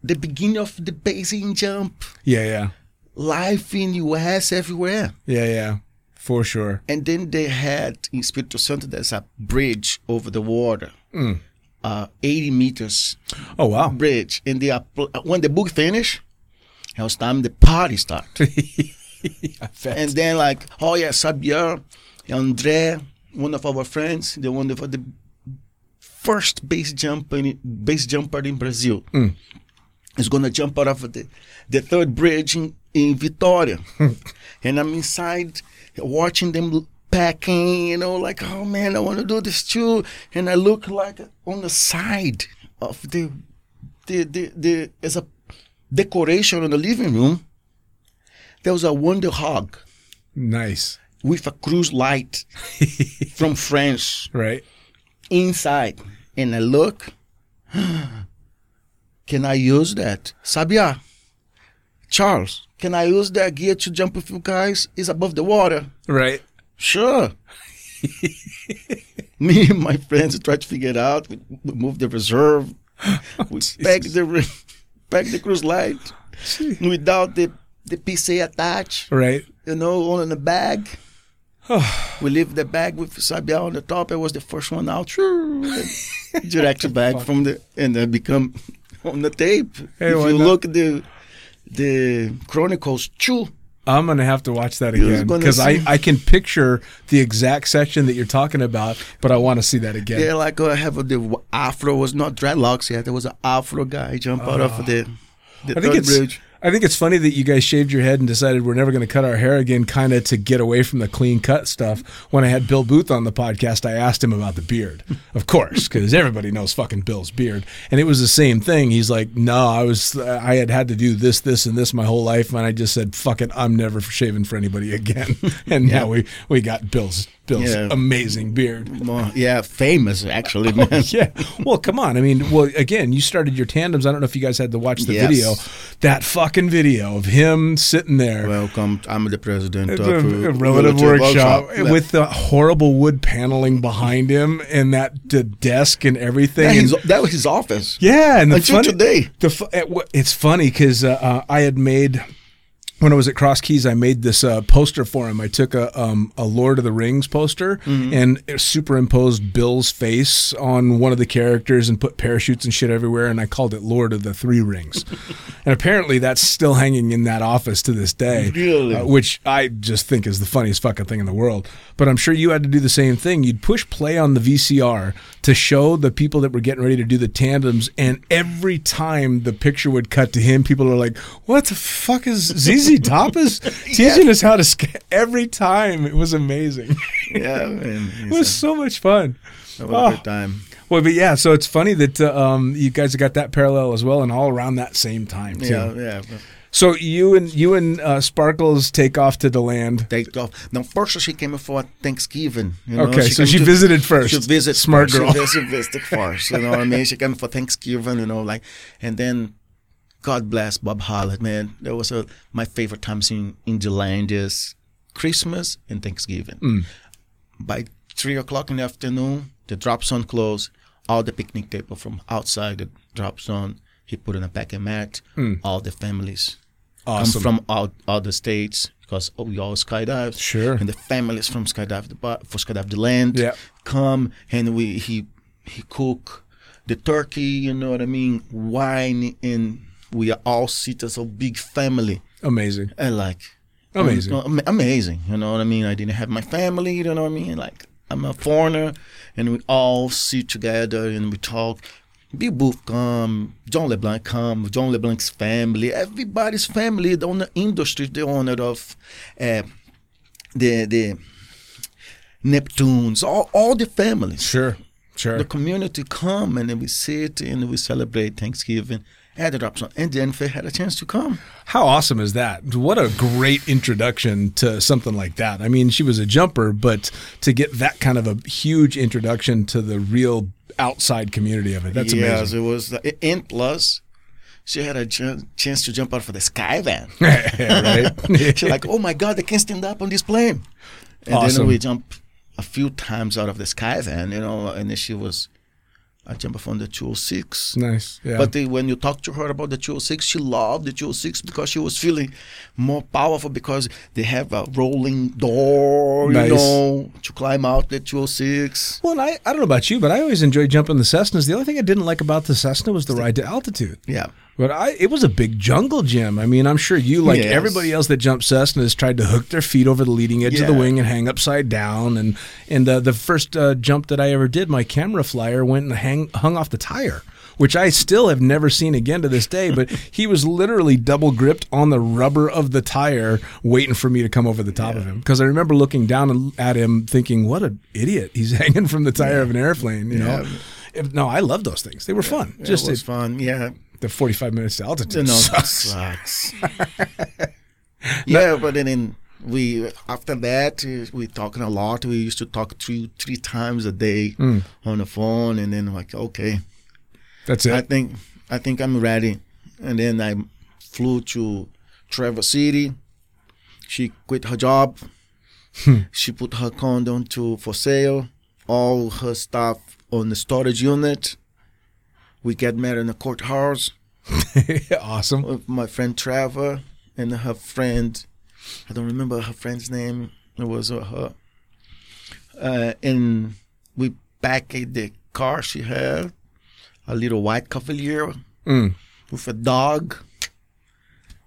the beginning of the basing jump, Yeah, yeah. life in US everywhere. Yeah, yeah. For sure. And then they had in Espírito Santo, there's a bridge over the water, uh, 80 meters Oh wow. bridge. And they are, pl- when the book finished, it was time the party start. And then like, oh yeah, Sabier, André, one of our friends, the one for the first base jumper in, base jumper in Brazil, is gonna jump out of the, the third bridge in, in Vitória, and I'm inside watching them packing, you know, like oh man, I want to do this too, and I look like on the side of the the the, the as a decoration on the living room. There was a wonder hog Nice. with a cruise light from France Right? inside. And I look, *gasps* can I use that? Sabia, Charles, can I use that gear to jump with you guys? It's above the water. Right. *laughs* Sure. Me and my friends tried to figure it out. We, we moved the reserve. *laughs* we packed the, re- packed the cruise light without the, the PC attached Right. you know, all in *sighs* a bag. we leave the bag with Sabia on the top. I was the first one out. *laughs* *laughs* Direct the bag from the and then become on the tape. Hey, if why you not? look at the the Chronicles two, I'm gonna have to watch that again gonna because I, see- I can picture the exact section that you're talking about, but I want to see that again. Yeah, like "Oh, I have the w- afro was not dreadlocks yet. There was an afro guy jump out of the, the Ah. I think third it's bridge. I think it's funny that you guys shaved your head and decided we're never going to cut our hair again, kind of to get away from the clean cut stuff. When I had Bill Booth on the podcast, I asked him about the beard, *laughs* of course, because everybody knows fucking Bill's beard, and it was the same thing. He's like, "No, I was I had had to do this, this, and this my whole life, and I just said, fuck it, I'm never shaving for anybody again." *laughs* and now we we got Bill's Bill's Yeah. amazing beard. More, yeah, *laughs* famous actually, man. Yeah. Well, come on. I mean, well, again, you started your tandems. I don't know if you guys had to watch the Yes. video. That fucking video of him sitting there. Welcome. I'm the president at of the uh, relative workshop Yeah. with the horrible wood paneling behind him and that the desk and everything. Yeah, and- his, that was his office. yeah, and the Until funny, today. the fu- it wa- it's funny because uh, uh, I had made when I was at Cross Keys, I made this uh, poster for him. I took a um, a Lord of the Rings poster Mm-hmm. and superimposed Bill's face on one of the characters and put parachutes and shit everywhere, and I called it Lord of the Three *laughs* Rings. and apparently, that's still hanging in that office to this day, Really? uh, which I just think is the funniest fucking thing in the world. But I'm sure you had to do the same thing. You'd push play on the VCR to show the people that were getting ready to do the tandems, and every time the picture would cut to him, people are like, "What the fuck is ZZ Top is teaching us how to?" Sk-? Every time it was amazing. Yeah, man. it was so much fun. That was a Oh. good time. Well, but yeah, so it's funny that uh, um, you guys have got that parallel as well, and all around that same time too. Yeah, yeah. but So you and you and uh, Sparkles take off to the land. Take off. Now, first she came for Thanksgiving. You know, Okay, so came she visited first. She visited Smart first, girl. *laughs* She *laughs* visit- visited first. You know what I mean? She came for Thanksgiving. You know, like, and then, God bless Bob Hollett, man. There was a my favorite times in in the land is Christmas and Thanksgiving. Mm. By three o'clock in the afternoon, the drop zone closed. All the picnic table from outside the drop zone. He put in a packing mat. All the families Mm. Awesome. come from all other states because we all skydive. Sure. And the families from skydive the bar- for skydive the land Yeah. come and we he he cook the turkey. You know what I mean? Wine and we are all sit as a big family. Amazing. I like Amazing. you know, ama- amazing. You know what I mean? I didn't have my family. You know what I mean? Like I'm a foreigner, and we all sit together and we talk. Big Booth come, John LeBlanc come, John LeBlanc's family, everybody's family on the industry, the owner of uh, the the Neptunes, all, all the families. Sure. Sure. The community come and then we sit and we celebrate Thanksgiving at the Robson. And then they had a chance to come. How awesome is that? What a great introduction to something like that. I mean, she was a jumper, but to get that kind of a huge introduction to the real outside community of it, that's yes, amazing. it was. the- And plus, she had a ch- chance to jump out for the sky van. *laughs* *laughs* right? *laughs* She's like, oh my God, I can't stand up on this plane. And Awesome. then we jump a few times out of the sky van, you know, and then she was, I jumped from the 206. nice. Yeah. But the, when you talk to her about the 206, she loved the 206 because she was feeling more powerful because they have a rolling door, Nice. you know, to climb out the 206. well, and I, I don't know about you, but I always enjoy jumping the Cessnas. The only thing I didn't like about the Cessna was the ride to altitude. Yeah. But I, it was a big jungle gym. I mean, I'm sure you, like Yes. everybody else that jumped Cessnas, tried to hook their feet over the leading edge of the Yeah. wing and hang upside down. And and uh, the first uh, jump that I ever did, my camera flyer went and hang, hung off the tire, which I still have never seen again to this day. *laughs* But he was literally double gripped on the rubber of the tire, waiting for me to come over the top of him. Because I remember looking down at him, thinking, "What an idiot! He's *laughs* hanging from the tire of an airplane." You know. If- No, I love those things. They were fun. Just it was it- fun. Yeah. the 45 minutes to altitude. You know, *laughs* sucks. sucks. yeah, but then in, we after that uh, we talking a lot. We used to talk two, three times a day on the phone, and then like, okay, That's it. I think I think I'm ready. And then I flew to Traverse City. She quit her job. she put her condo to for sale. All her stuff on the storage unit. We get married in the courthouse *laughs* awesome. with my friend Trevor and her friend. I don't remember her friend's name. It was uh, her. Uh, and we backed the car she had, a little white Cavalier with a dog.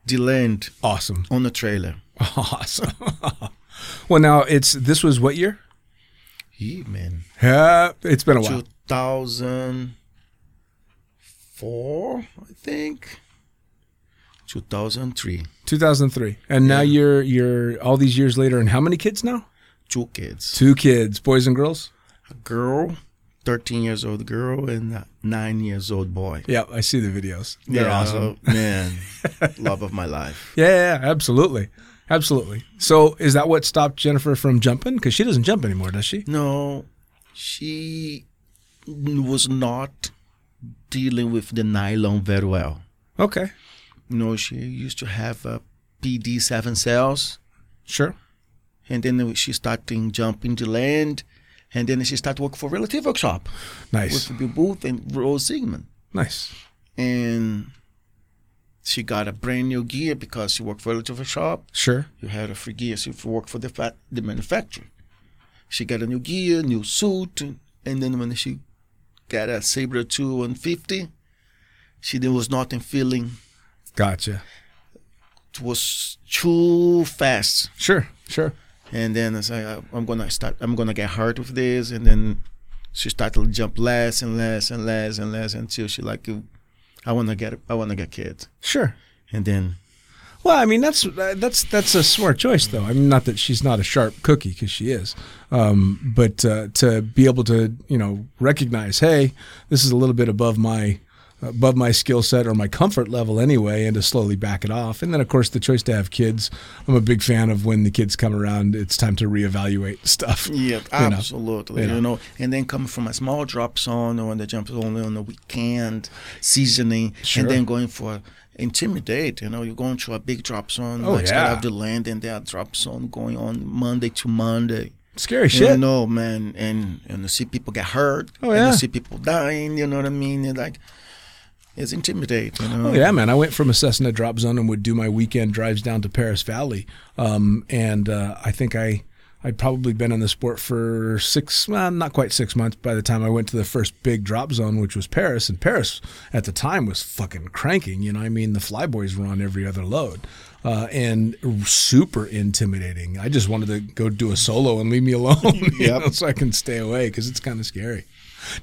Deland Awesome. on the trailer. *laughs* Awesome. *laughs* well, now it's this was what year? Yeah, man. Uh, it's been a while. 2004, I think. 2003. 2003. And now you're you're all these years later and how many kids now? Two kids. Two kids, boys and girls? A girl, 13 years old girl, and a nine years old boy. Yeah, I see the videos. They're Yeah, awesome. *laughs* Man, love of *laughs* my life. Yeah, yeah, yeah, absolutely. Absolutely. So, is that what stopped Jennifer from jumping? Cuz she doesn't jump anymore, does she? No, she was not dealing with the nylon very well. Okay. You know, she used to have a PD7 cells, Sure. and then she started jumping the land, and then she started working for Relative Workshop Nice. with Bill Booth and Rose Sigmund. Nice. And she got a brand new gear because she worked for Relative Workshop. Sure. You had a free gear so if you work for the fa- the manufacturer. She got a new gear, new suit, and then when she got a Sabre 2 150, she there was nothing feeling. Gotcha. It was too fast. Sure. Sure. And then I said, "I- I'm gonna start. I'm gonna get hurt with this. And then she started to jump less and less and less and less until she like, I wanna get, I wanna get kids. Sure. And then Well, I mean that's uh, that's that's a smart choice, though. I mean, not that she's not a sharp cookie because she is, um, but uh, to be able to you know recognize, hey, this is a little bit above my above my skill set or my comfort level anyway, and to slowly back it off. And then of course the choice to have kids. I'm a big fan of when the kids come around, it's time to reevaluate stuff. Yeah, *laughs* You know? absolutely. You You know. know. and then coming from a small drop zone or on the jump only on the weekend seasoning, Sure. and then going for intimidate. You know, you're going to a big drop zone, Oh, like side yeah. of the land, and there are drop zone going on Monday to Monday. Scary You shit. know, man, and and you see people get hurt. Oh, And yeah. you see people dying. You know what I mean? And like, it's intimidate. You know. Oh yeah, man! I went from a Cessna drop zone and would do my weekend drives down to Paris Valley, um, and uh, I think I I'd probably been in the sport for six, well, not quite six months by the time I went to the first big drop zone, which was Paris. And Paris at the time was fucking cranking. You know, I mean, the flyboys were on every other load. Uh, and super intimidating. I just wanted to go do a solo and leave me alone, *laughs* you know, so I can stay away because it's kind of scary.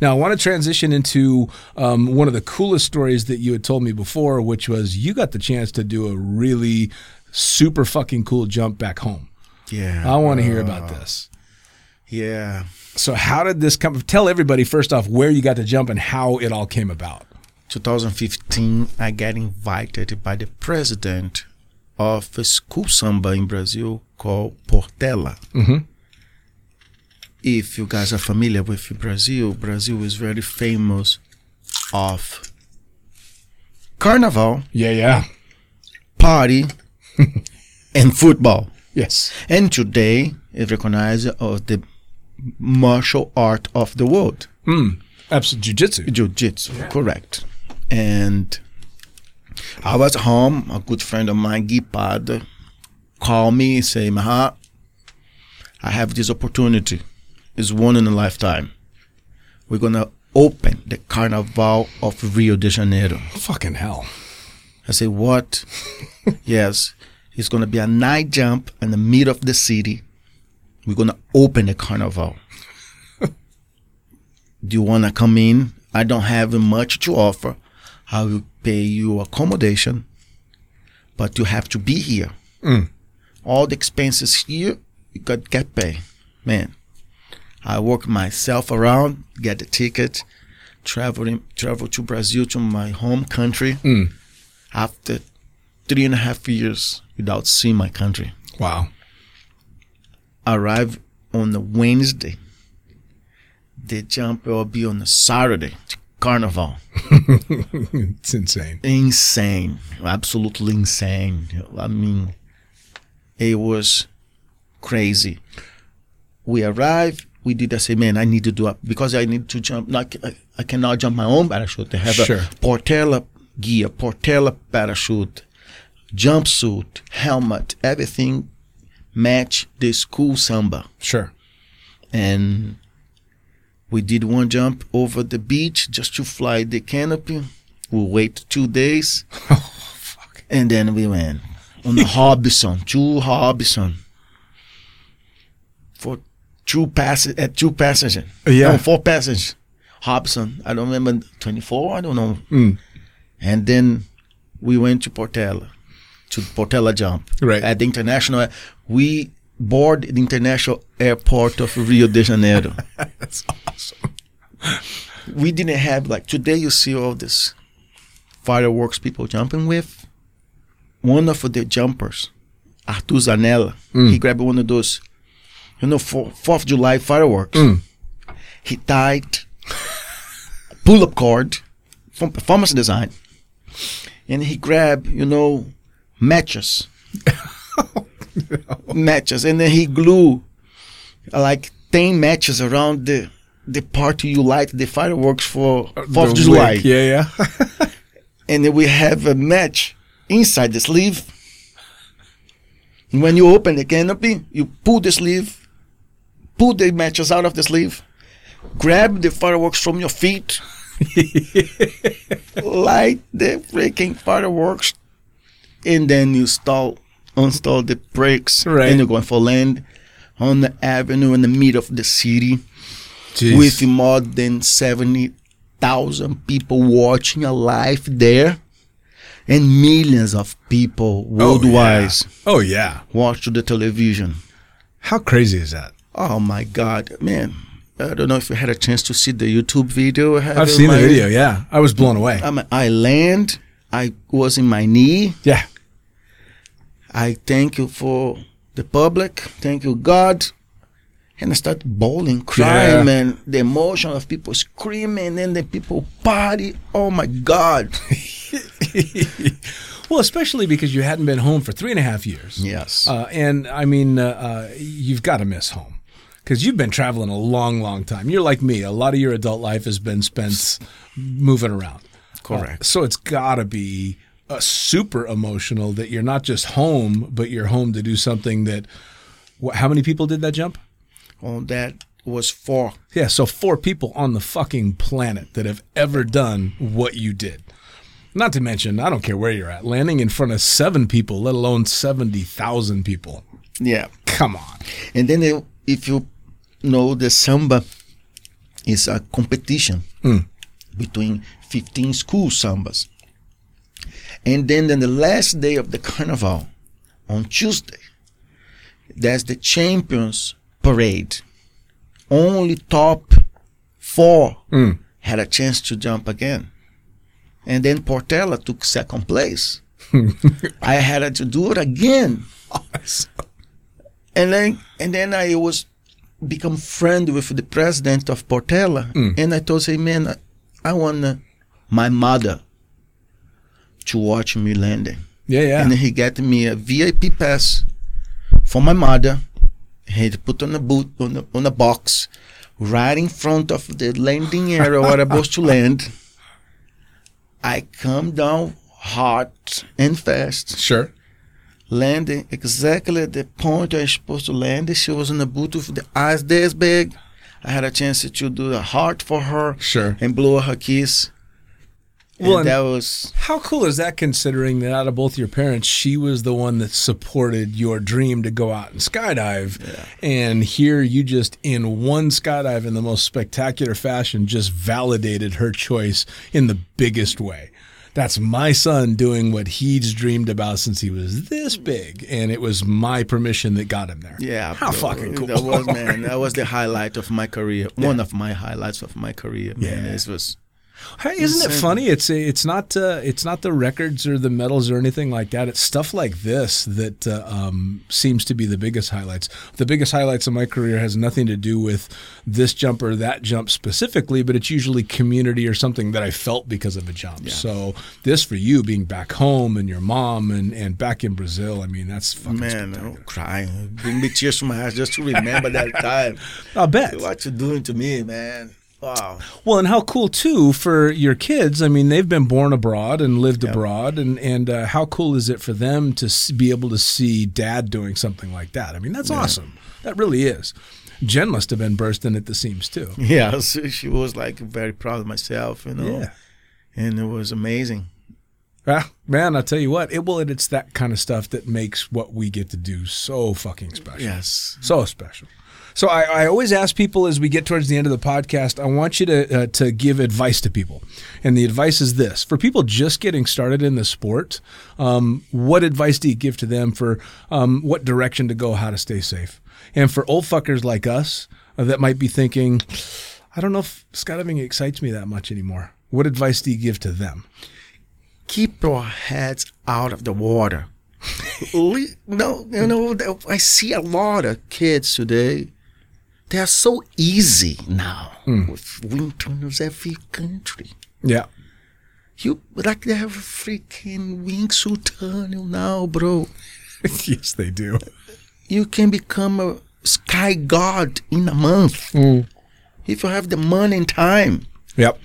Now, I want to transition into um, one of the coolest stories that you had told me before, which was you got the chance to do a really super fucking cool jump back home. Yeah. I want to hear about this. Yeah. So, how did this come? Tell everybody first off where you got to jump and how it all came about. 2015, I got invited by the president of a school samba in Brazil called Portela. If you guys are familiar with Brazil, Brazil is very famous of carnival, Yeah, yeah, party, and football. yes, And today, is recognized as the martial art of the world. absolute jujitsu. Jiu-jitsu, correct. And I was home. A good friend of mine, Guy Pad, called me and say, Maha, I have this opportunity. It's one in a lifetime. We're going to open the Carnival of Rio de Janeiro. Fucking hell. I say, what? yes, it's going to be a night jump in the middle of the city. We're going to open the carnival. Do you want to come in? I don't have much to offer. I will pay you accommodation, but you have to be here. All the expenses here, you got get paid. Man, I work myself around, get the ticket, traveling, travel to Brazil, to my home country after three and a half years without seeing my country. Wow. Arrive on a Wednesday. The jump will be on a Saturday. Carnival. It's insane. Insane. Absolutely insane. I mean, it was crazy. We arrived. We did. I say, man, I need to do up because I need to jump. Like I, I cannot jump my own parachute. They have Sure. a Portela gear, Portela parachute, jumpsuit, helmet, everything match the school samba. Sure. And we did one jump over the beach just to fly the canopy. We wait two days, *laughs* Oh, fuck. and then we went. on Robson, two Robson. For two passes at two passengers. Uh, Yeah. No, four passengers. Robson, I don't remember twenty four, I don't know. Mm. And then we went to Portela. To Portela jump. Right. At the international we board the international airport of Rio de Janeiro. *laughs* That's awesome. we didn't have like today you see all this fireworks people jumping with one of the jumpers artur zanella Mm. he grabbed one of those you know for fourth of july fireworks Mm. he tied a pull-up cord from performance design and he grabbed you know matches matches and then he glue uh, like 10 matches around the the party you light the fireworks for 4th of Uh, The July wick, Yeah, *laughs* yeah. and then we have a match inside the sleeve. And When you open the canopy, you pull the sleeve, pull the matches out of the sleeve, grab the fireworks from your feet, light the freaking fireworks, and then you stall, install the brakes, Right. and you're going for land on the avenue in the middle of the city Jeez. with more than 70,000 people watching a live there and millions of people Oh, worldwide yeah. Oh yeah. watch the television. How crazy is that? Oh my God, man. I don't know if you had a chance to see the YouTube video. I have I've in seen my- the video. Yeah, I was blown away. I'm, I land. I was in my knee. yeah. I thank you for the public. Thank you, God. And I start bawling, crying, Yeah. and the emotion of people screaming and the people party. Oh my God. well, especially because you hadn't been home for three and a half years. Yes. Uh, and I mean, uh, uh, you've got to miss home because you've been traveling a long, long time. You're like me. A lot of your adult life has been spent moving around. Correct. Uh, so it's got to be uh, super emotional that you're not just home, but you're home to do something that. Wh- how many people did that jump? on that was four. Yeah, so four people on the fucking planet that have ever done what you did. Not to mention, I don't care where you're at, landing in front of seven people, let alone 70,000 people. Yeah. Come on. And then they, if you know the samba is a competition between 15 school sambas. And then on the last day of the carnival on Tuesday, there's the champions parade. Only top four had a chance to jump again. And then Portela took second place. I had to do it again. and then and then I was become friend with the president of Portela, and I told him, man, I, I want uh, my mother to watch me landing, Yeah, yeah. and he got me a VIP pass for my mother. He put on a boot on a, on a box, right in front of the landing area where I was to land. I come down hot and fast sure. landing exactly at the point I was supposed to land. She was in the boot with the eyes this big. I had a chance to do a heart for her Sure. and blow her kiss. Well, and and- that was How cool is that considering that out of both your parents, she was the one that supported your dream to go out and skydive? And here you just, in one skydive in the most spectacular fashion, just validated her choice in the biggest way. That's my son doing what he's dreamed about since he was this big, and it was my permission that got him there. yeah. how fucking cool! That was man. That was *laughs* the highlight of my career. One of my highlights of my career. Man, Yeah. this was Hey, isn't it funny? It's it's not uh, it's not the records or the medals or anything like that. It's stuff like this that uh, um, seems to be the biggest highlights. The biggest highlights of my career has nothing to do with this jump or that jump specifically, but it's usually community or something that I felt because of a jump. So this for you being back home and your mom and, and back in Brazil. I mean, that's fucking. man. I'm crying, bring me tears to my eyes just to *laughs* remember that time. I bet. What you doing to me, man? Wow. Well, and how cool too for your kids. I mean, they've been born abroad and lived abroad, and and uh, how cool is it for them to s- be able to see dad doing something like that? I mean, that's awesome. That really is. Jen must have been bursting at the seams too. *laughs* Yeah, so she was like very proud of myself, you know. and it was amazing. Ah, man, I'll tell you what. It well, and it's that kind of stuff that makes what we get to do so fucking special. Yes. So special. So I, I always ask people as we get towards the end of the podcast, I want you to uh, to give advice to people, and the advice is this: for people just getting started in the sport, um, what advice do you give to them for um, what direction to go, how to stay safe, and for old fuckers like us uh, that might be thinking, I don't know if skydiving excites me that much anymore. What advice do you give to them? Keep your heads out of the water. Le- no, you know, th- I see a lot of kids today. They are so easy now with wind tunnels every country. Yeah, You like they have a freaking wingsuit tunnel now, bro. *laughs* yes, they do. You can become a sky god in a month Mm. if you have the money and time. Yep,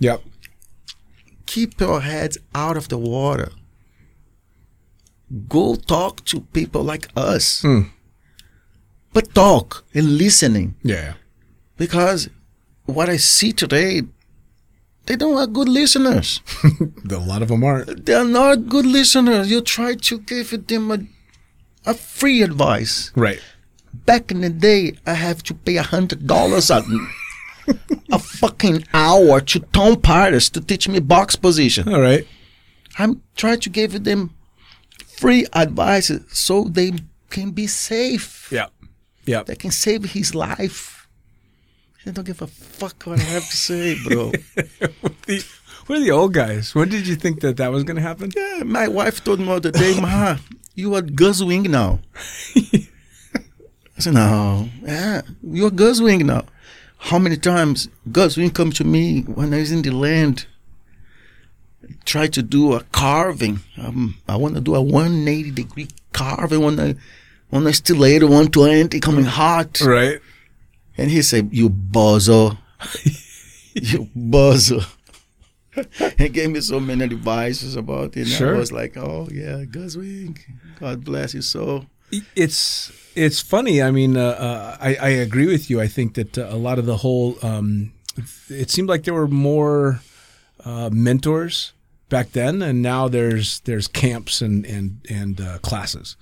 yep. keep your heads out of the water. Go talk to people like us. But talk and listening Yeah. because what I see today, they don't are good listeners. A lot of them aren't. They are not good listeners. You try to give them a, a free advice. Right. Back in the day, I have to pay a hundred dollars a *laughs* a fucking hour to Tom Paris to teach me box position. All right. I'm trying to give them free advice so they can be safe. Yeah. Yeah. *laughs* They can save his life. They don't give a fuck what I have to say, bro. The, we're the old guys. When did you think that that was going to happen? yeah, my wife told me the other day, Ma, you are Gus Wing now. I said, no, yeah, you're Gus Wing now. How many times Gus Wing come to me when I was in the land, try to do a carving. Um, I want to do a 180 degree carving on a, on a stiletto, 120, coming hot. Right. And he said, *laughs* You bozo. you bozo. *laughs* he gave me so many advices about it. And Sure. I was like, Oh, yeah, Guswing. God bless you so. It's it's funny. I mean, uh, uh, I, I agree with you. I think that uh, a lot of the whole, um, it seemed like there were more uh, mentors back then, and now there's there's camps and and and uh, classes,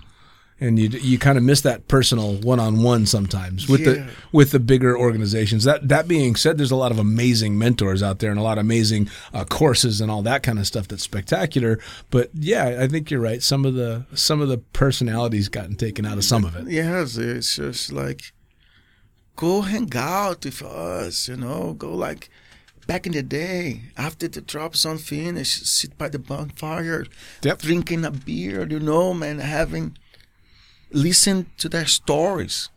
and you you kind of miss that personal one on one sometimes with the Yeah. with the bigger organizations. That that being said, there's a lot of amazing mentors out there and a lot of amazing uh, courses and all that kind of stuff that's spectacular. But yeah, I think you're right. Some of the some of the personalities gotten taken out of some of it. Yes, it's just like, go hang out with us, you know, go like back in the day after the drops on finish, sit by the bonfire, Yep. drinking a beer, you know, man, having, listen to their stories.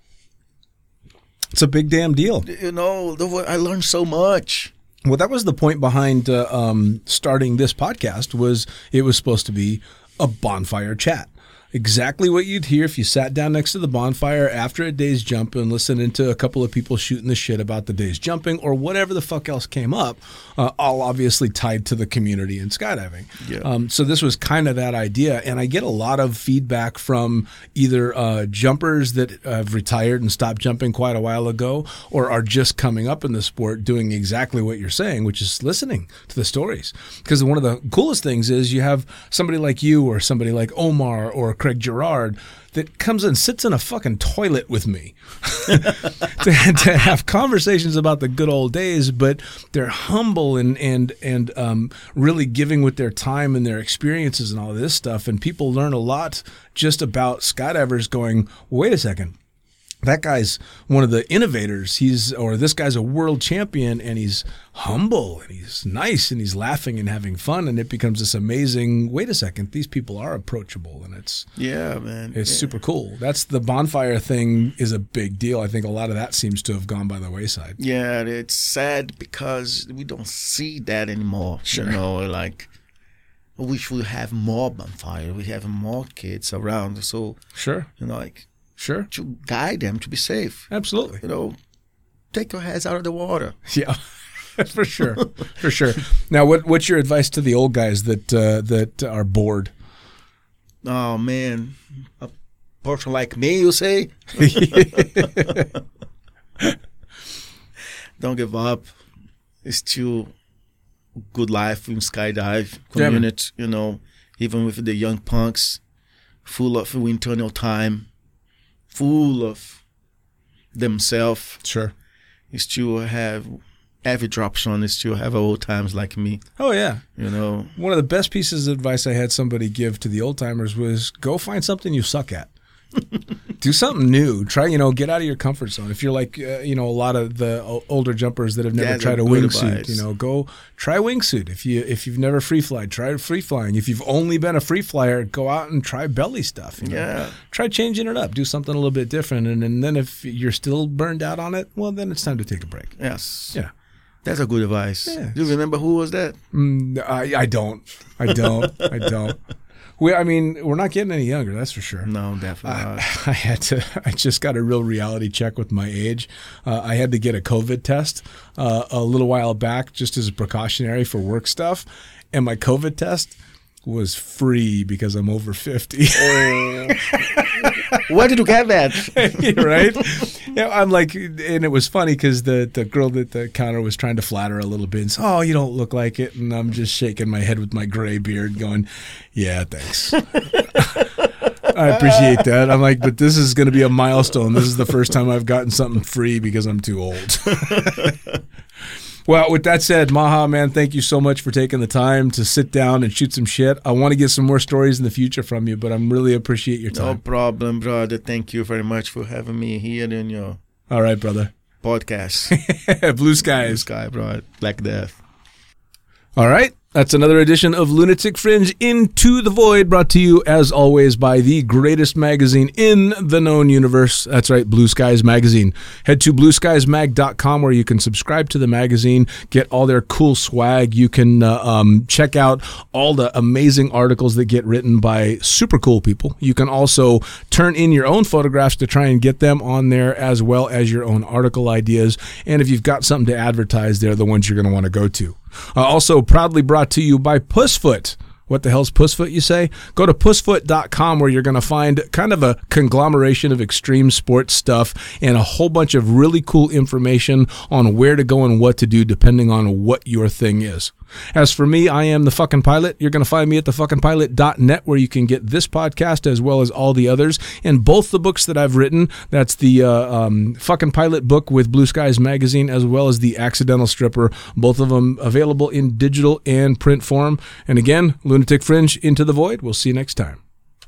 It's a big damn deal. You know, the way- I learned so much. Well, that was the point behind uh, um, starting this podcast. Was it was supposed to be a bonfire chat. Exactly what you'd hear if you sat down next to the bonfire after a day's jump and listening to a couple of people shooting the shit about the day's jumping or whatever the fuck else came up, uh, all obviously tied to the community and skydiving. Yeah. Um, so this was kind of that idea, and I get a lot of feedback from either uh, jumpers that have retired and stopped jumping quite a while ago, or are just coming up in the sport, doing exactly what you're saying, which is listening to the stories. Because one of the coolest things is you have somebody like you, or somebody like Omar, or Craig Gerard. That comes and sits in a fucking toilet with me *laughs* to, to have conversations about the good old days, but they're humble and and and um, really giving with their time and their experiences and all this stuff. And people learn a lot just about skydivers. Going, wait a second, that guy's one of the innovators. He's or this guy's a world champion, and he's humble and he's nice and he's laughing and having fun, and it becomes this amazing. Wait a second, these people are approachable, and it's Yeah, man. it's super cool. That's the bonfire thing is a big deal. I think a lot of that seems to have gone by the wayside. Yeah, it's sad because we don't see that anymore. You know, like I wish we have more bonfire. We have more kids around, so Sure, you know, like sure, to guide them to be safe. absolutely. You know, take your hands out of the water. Yeah, *laughs* for sure, *laughs* for sure. Now, what what's your advice to the old guys that uh, that are bored? Oh man, a person like me, you say? don't give up. It's still good life in skydive community. You know, even with the young punks, full of internal time, full of themselves. *laughs* Sure. Still have every drop on. Still have old times like me. Oh yeah. You know. One of the best pieces of advice I had somebody give to the old timers was go find something you suck at. *laughs* Do something new. Try, you know, get out of your comfort zone. If you're like, uh, you know, a lot of the o- older jumpers that have never Yeah, tried a they're good wingsuit, advice. you know, go try wingsuit. If you if you've never free flied, try free flying. If you've only been a free flyer, go out and try belly stuff. you know. Yeah. Try changing it up. Do something a little bit different, and, and then if you're still burned out on it, well, then it's time to take a break. Yes. Yeah. That's a good advice. Yeah. Do you remember who was that? Mm, I, I don't. I don't. I don't. We, I mean, we're not getting any younger, that's for sure. No, definitely not. *laughs* I had to. I just got a real reality check with my age. Uh, I had to get a COVID test uh, a little while back, just as a precautionary for work stuff, and my COVID test was free because I'm over fifty. *laughs* Where did you get that? right? Yeah, I'm like, and it was funny because the the girl at the counter was trying to flatter a little bit and said, "Oh, you don't look like it," and I'm just shaking my head with my gray beard, going, "Yeah, thanks." *laughs* I appreciate that. I'm like, but this is going to be a milestone. This is the first time I've gotten something free because I'm too old. *laughs* Well, with that said, Maha, man, thank you so much for taking the time to sit down and shoot some shit. I want to get some more stories in the future from you, but I'm really appreciate your *laughs* no time. problem, brother. Thank you very much for having me here in your All right, brother. *laughs* podcast. Blue skies. Sky, bro. Black Death. All right. That's another edition of Lunatic Fringe Into the Void, brought to you, as always, by the greatest magazine in the known universe. That's right, Blue Skies Magazine. Head to blueskiesmag.com where you can subscribe to the magazine, get all their cool swag. You can uh, um, check out all the amazing articles that get written by super cool people. You can also turn in your own photographs to try and get them on there, as well as your own article ideas. And if you've got something to advertise, they're the ones you're going to want to go to. Uh, also, proudly brought to you by Pussfoot. What the hell's Pussfoot, you say? Go to pussfoot.com where you're going to find kind of a conglomeration of extreme sports stuff and a whole bunch of really cool information on where to go and what to do depending on what your thing is. As for me, I am the fucking pilot. You're going to find me at thefuckingpilot.net where you can get this podcast as well as all the others and both the books that I've written. That's the uh, um, fucking pilot book with Blue Skies Magazine as well as the Accidental Stripper. Both of them available in digital and print form. And again, Lunatic Fringe into the void. We'll see you next time.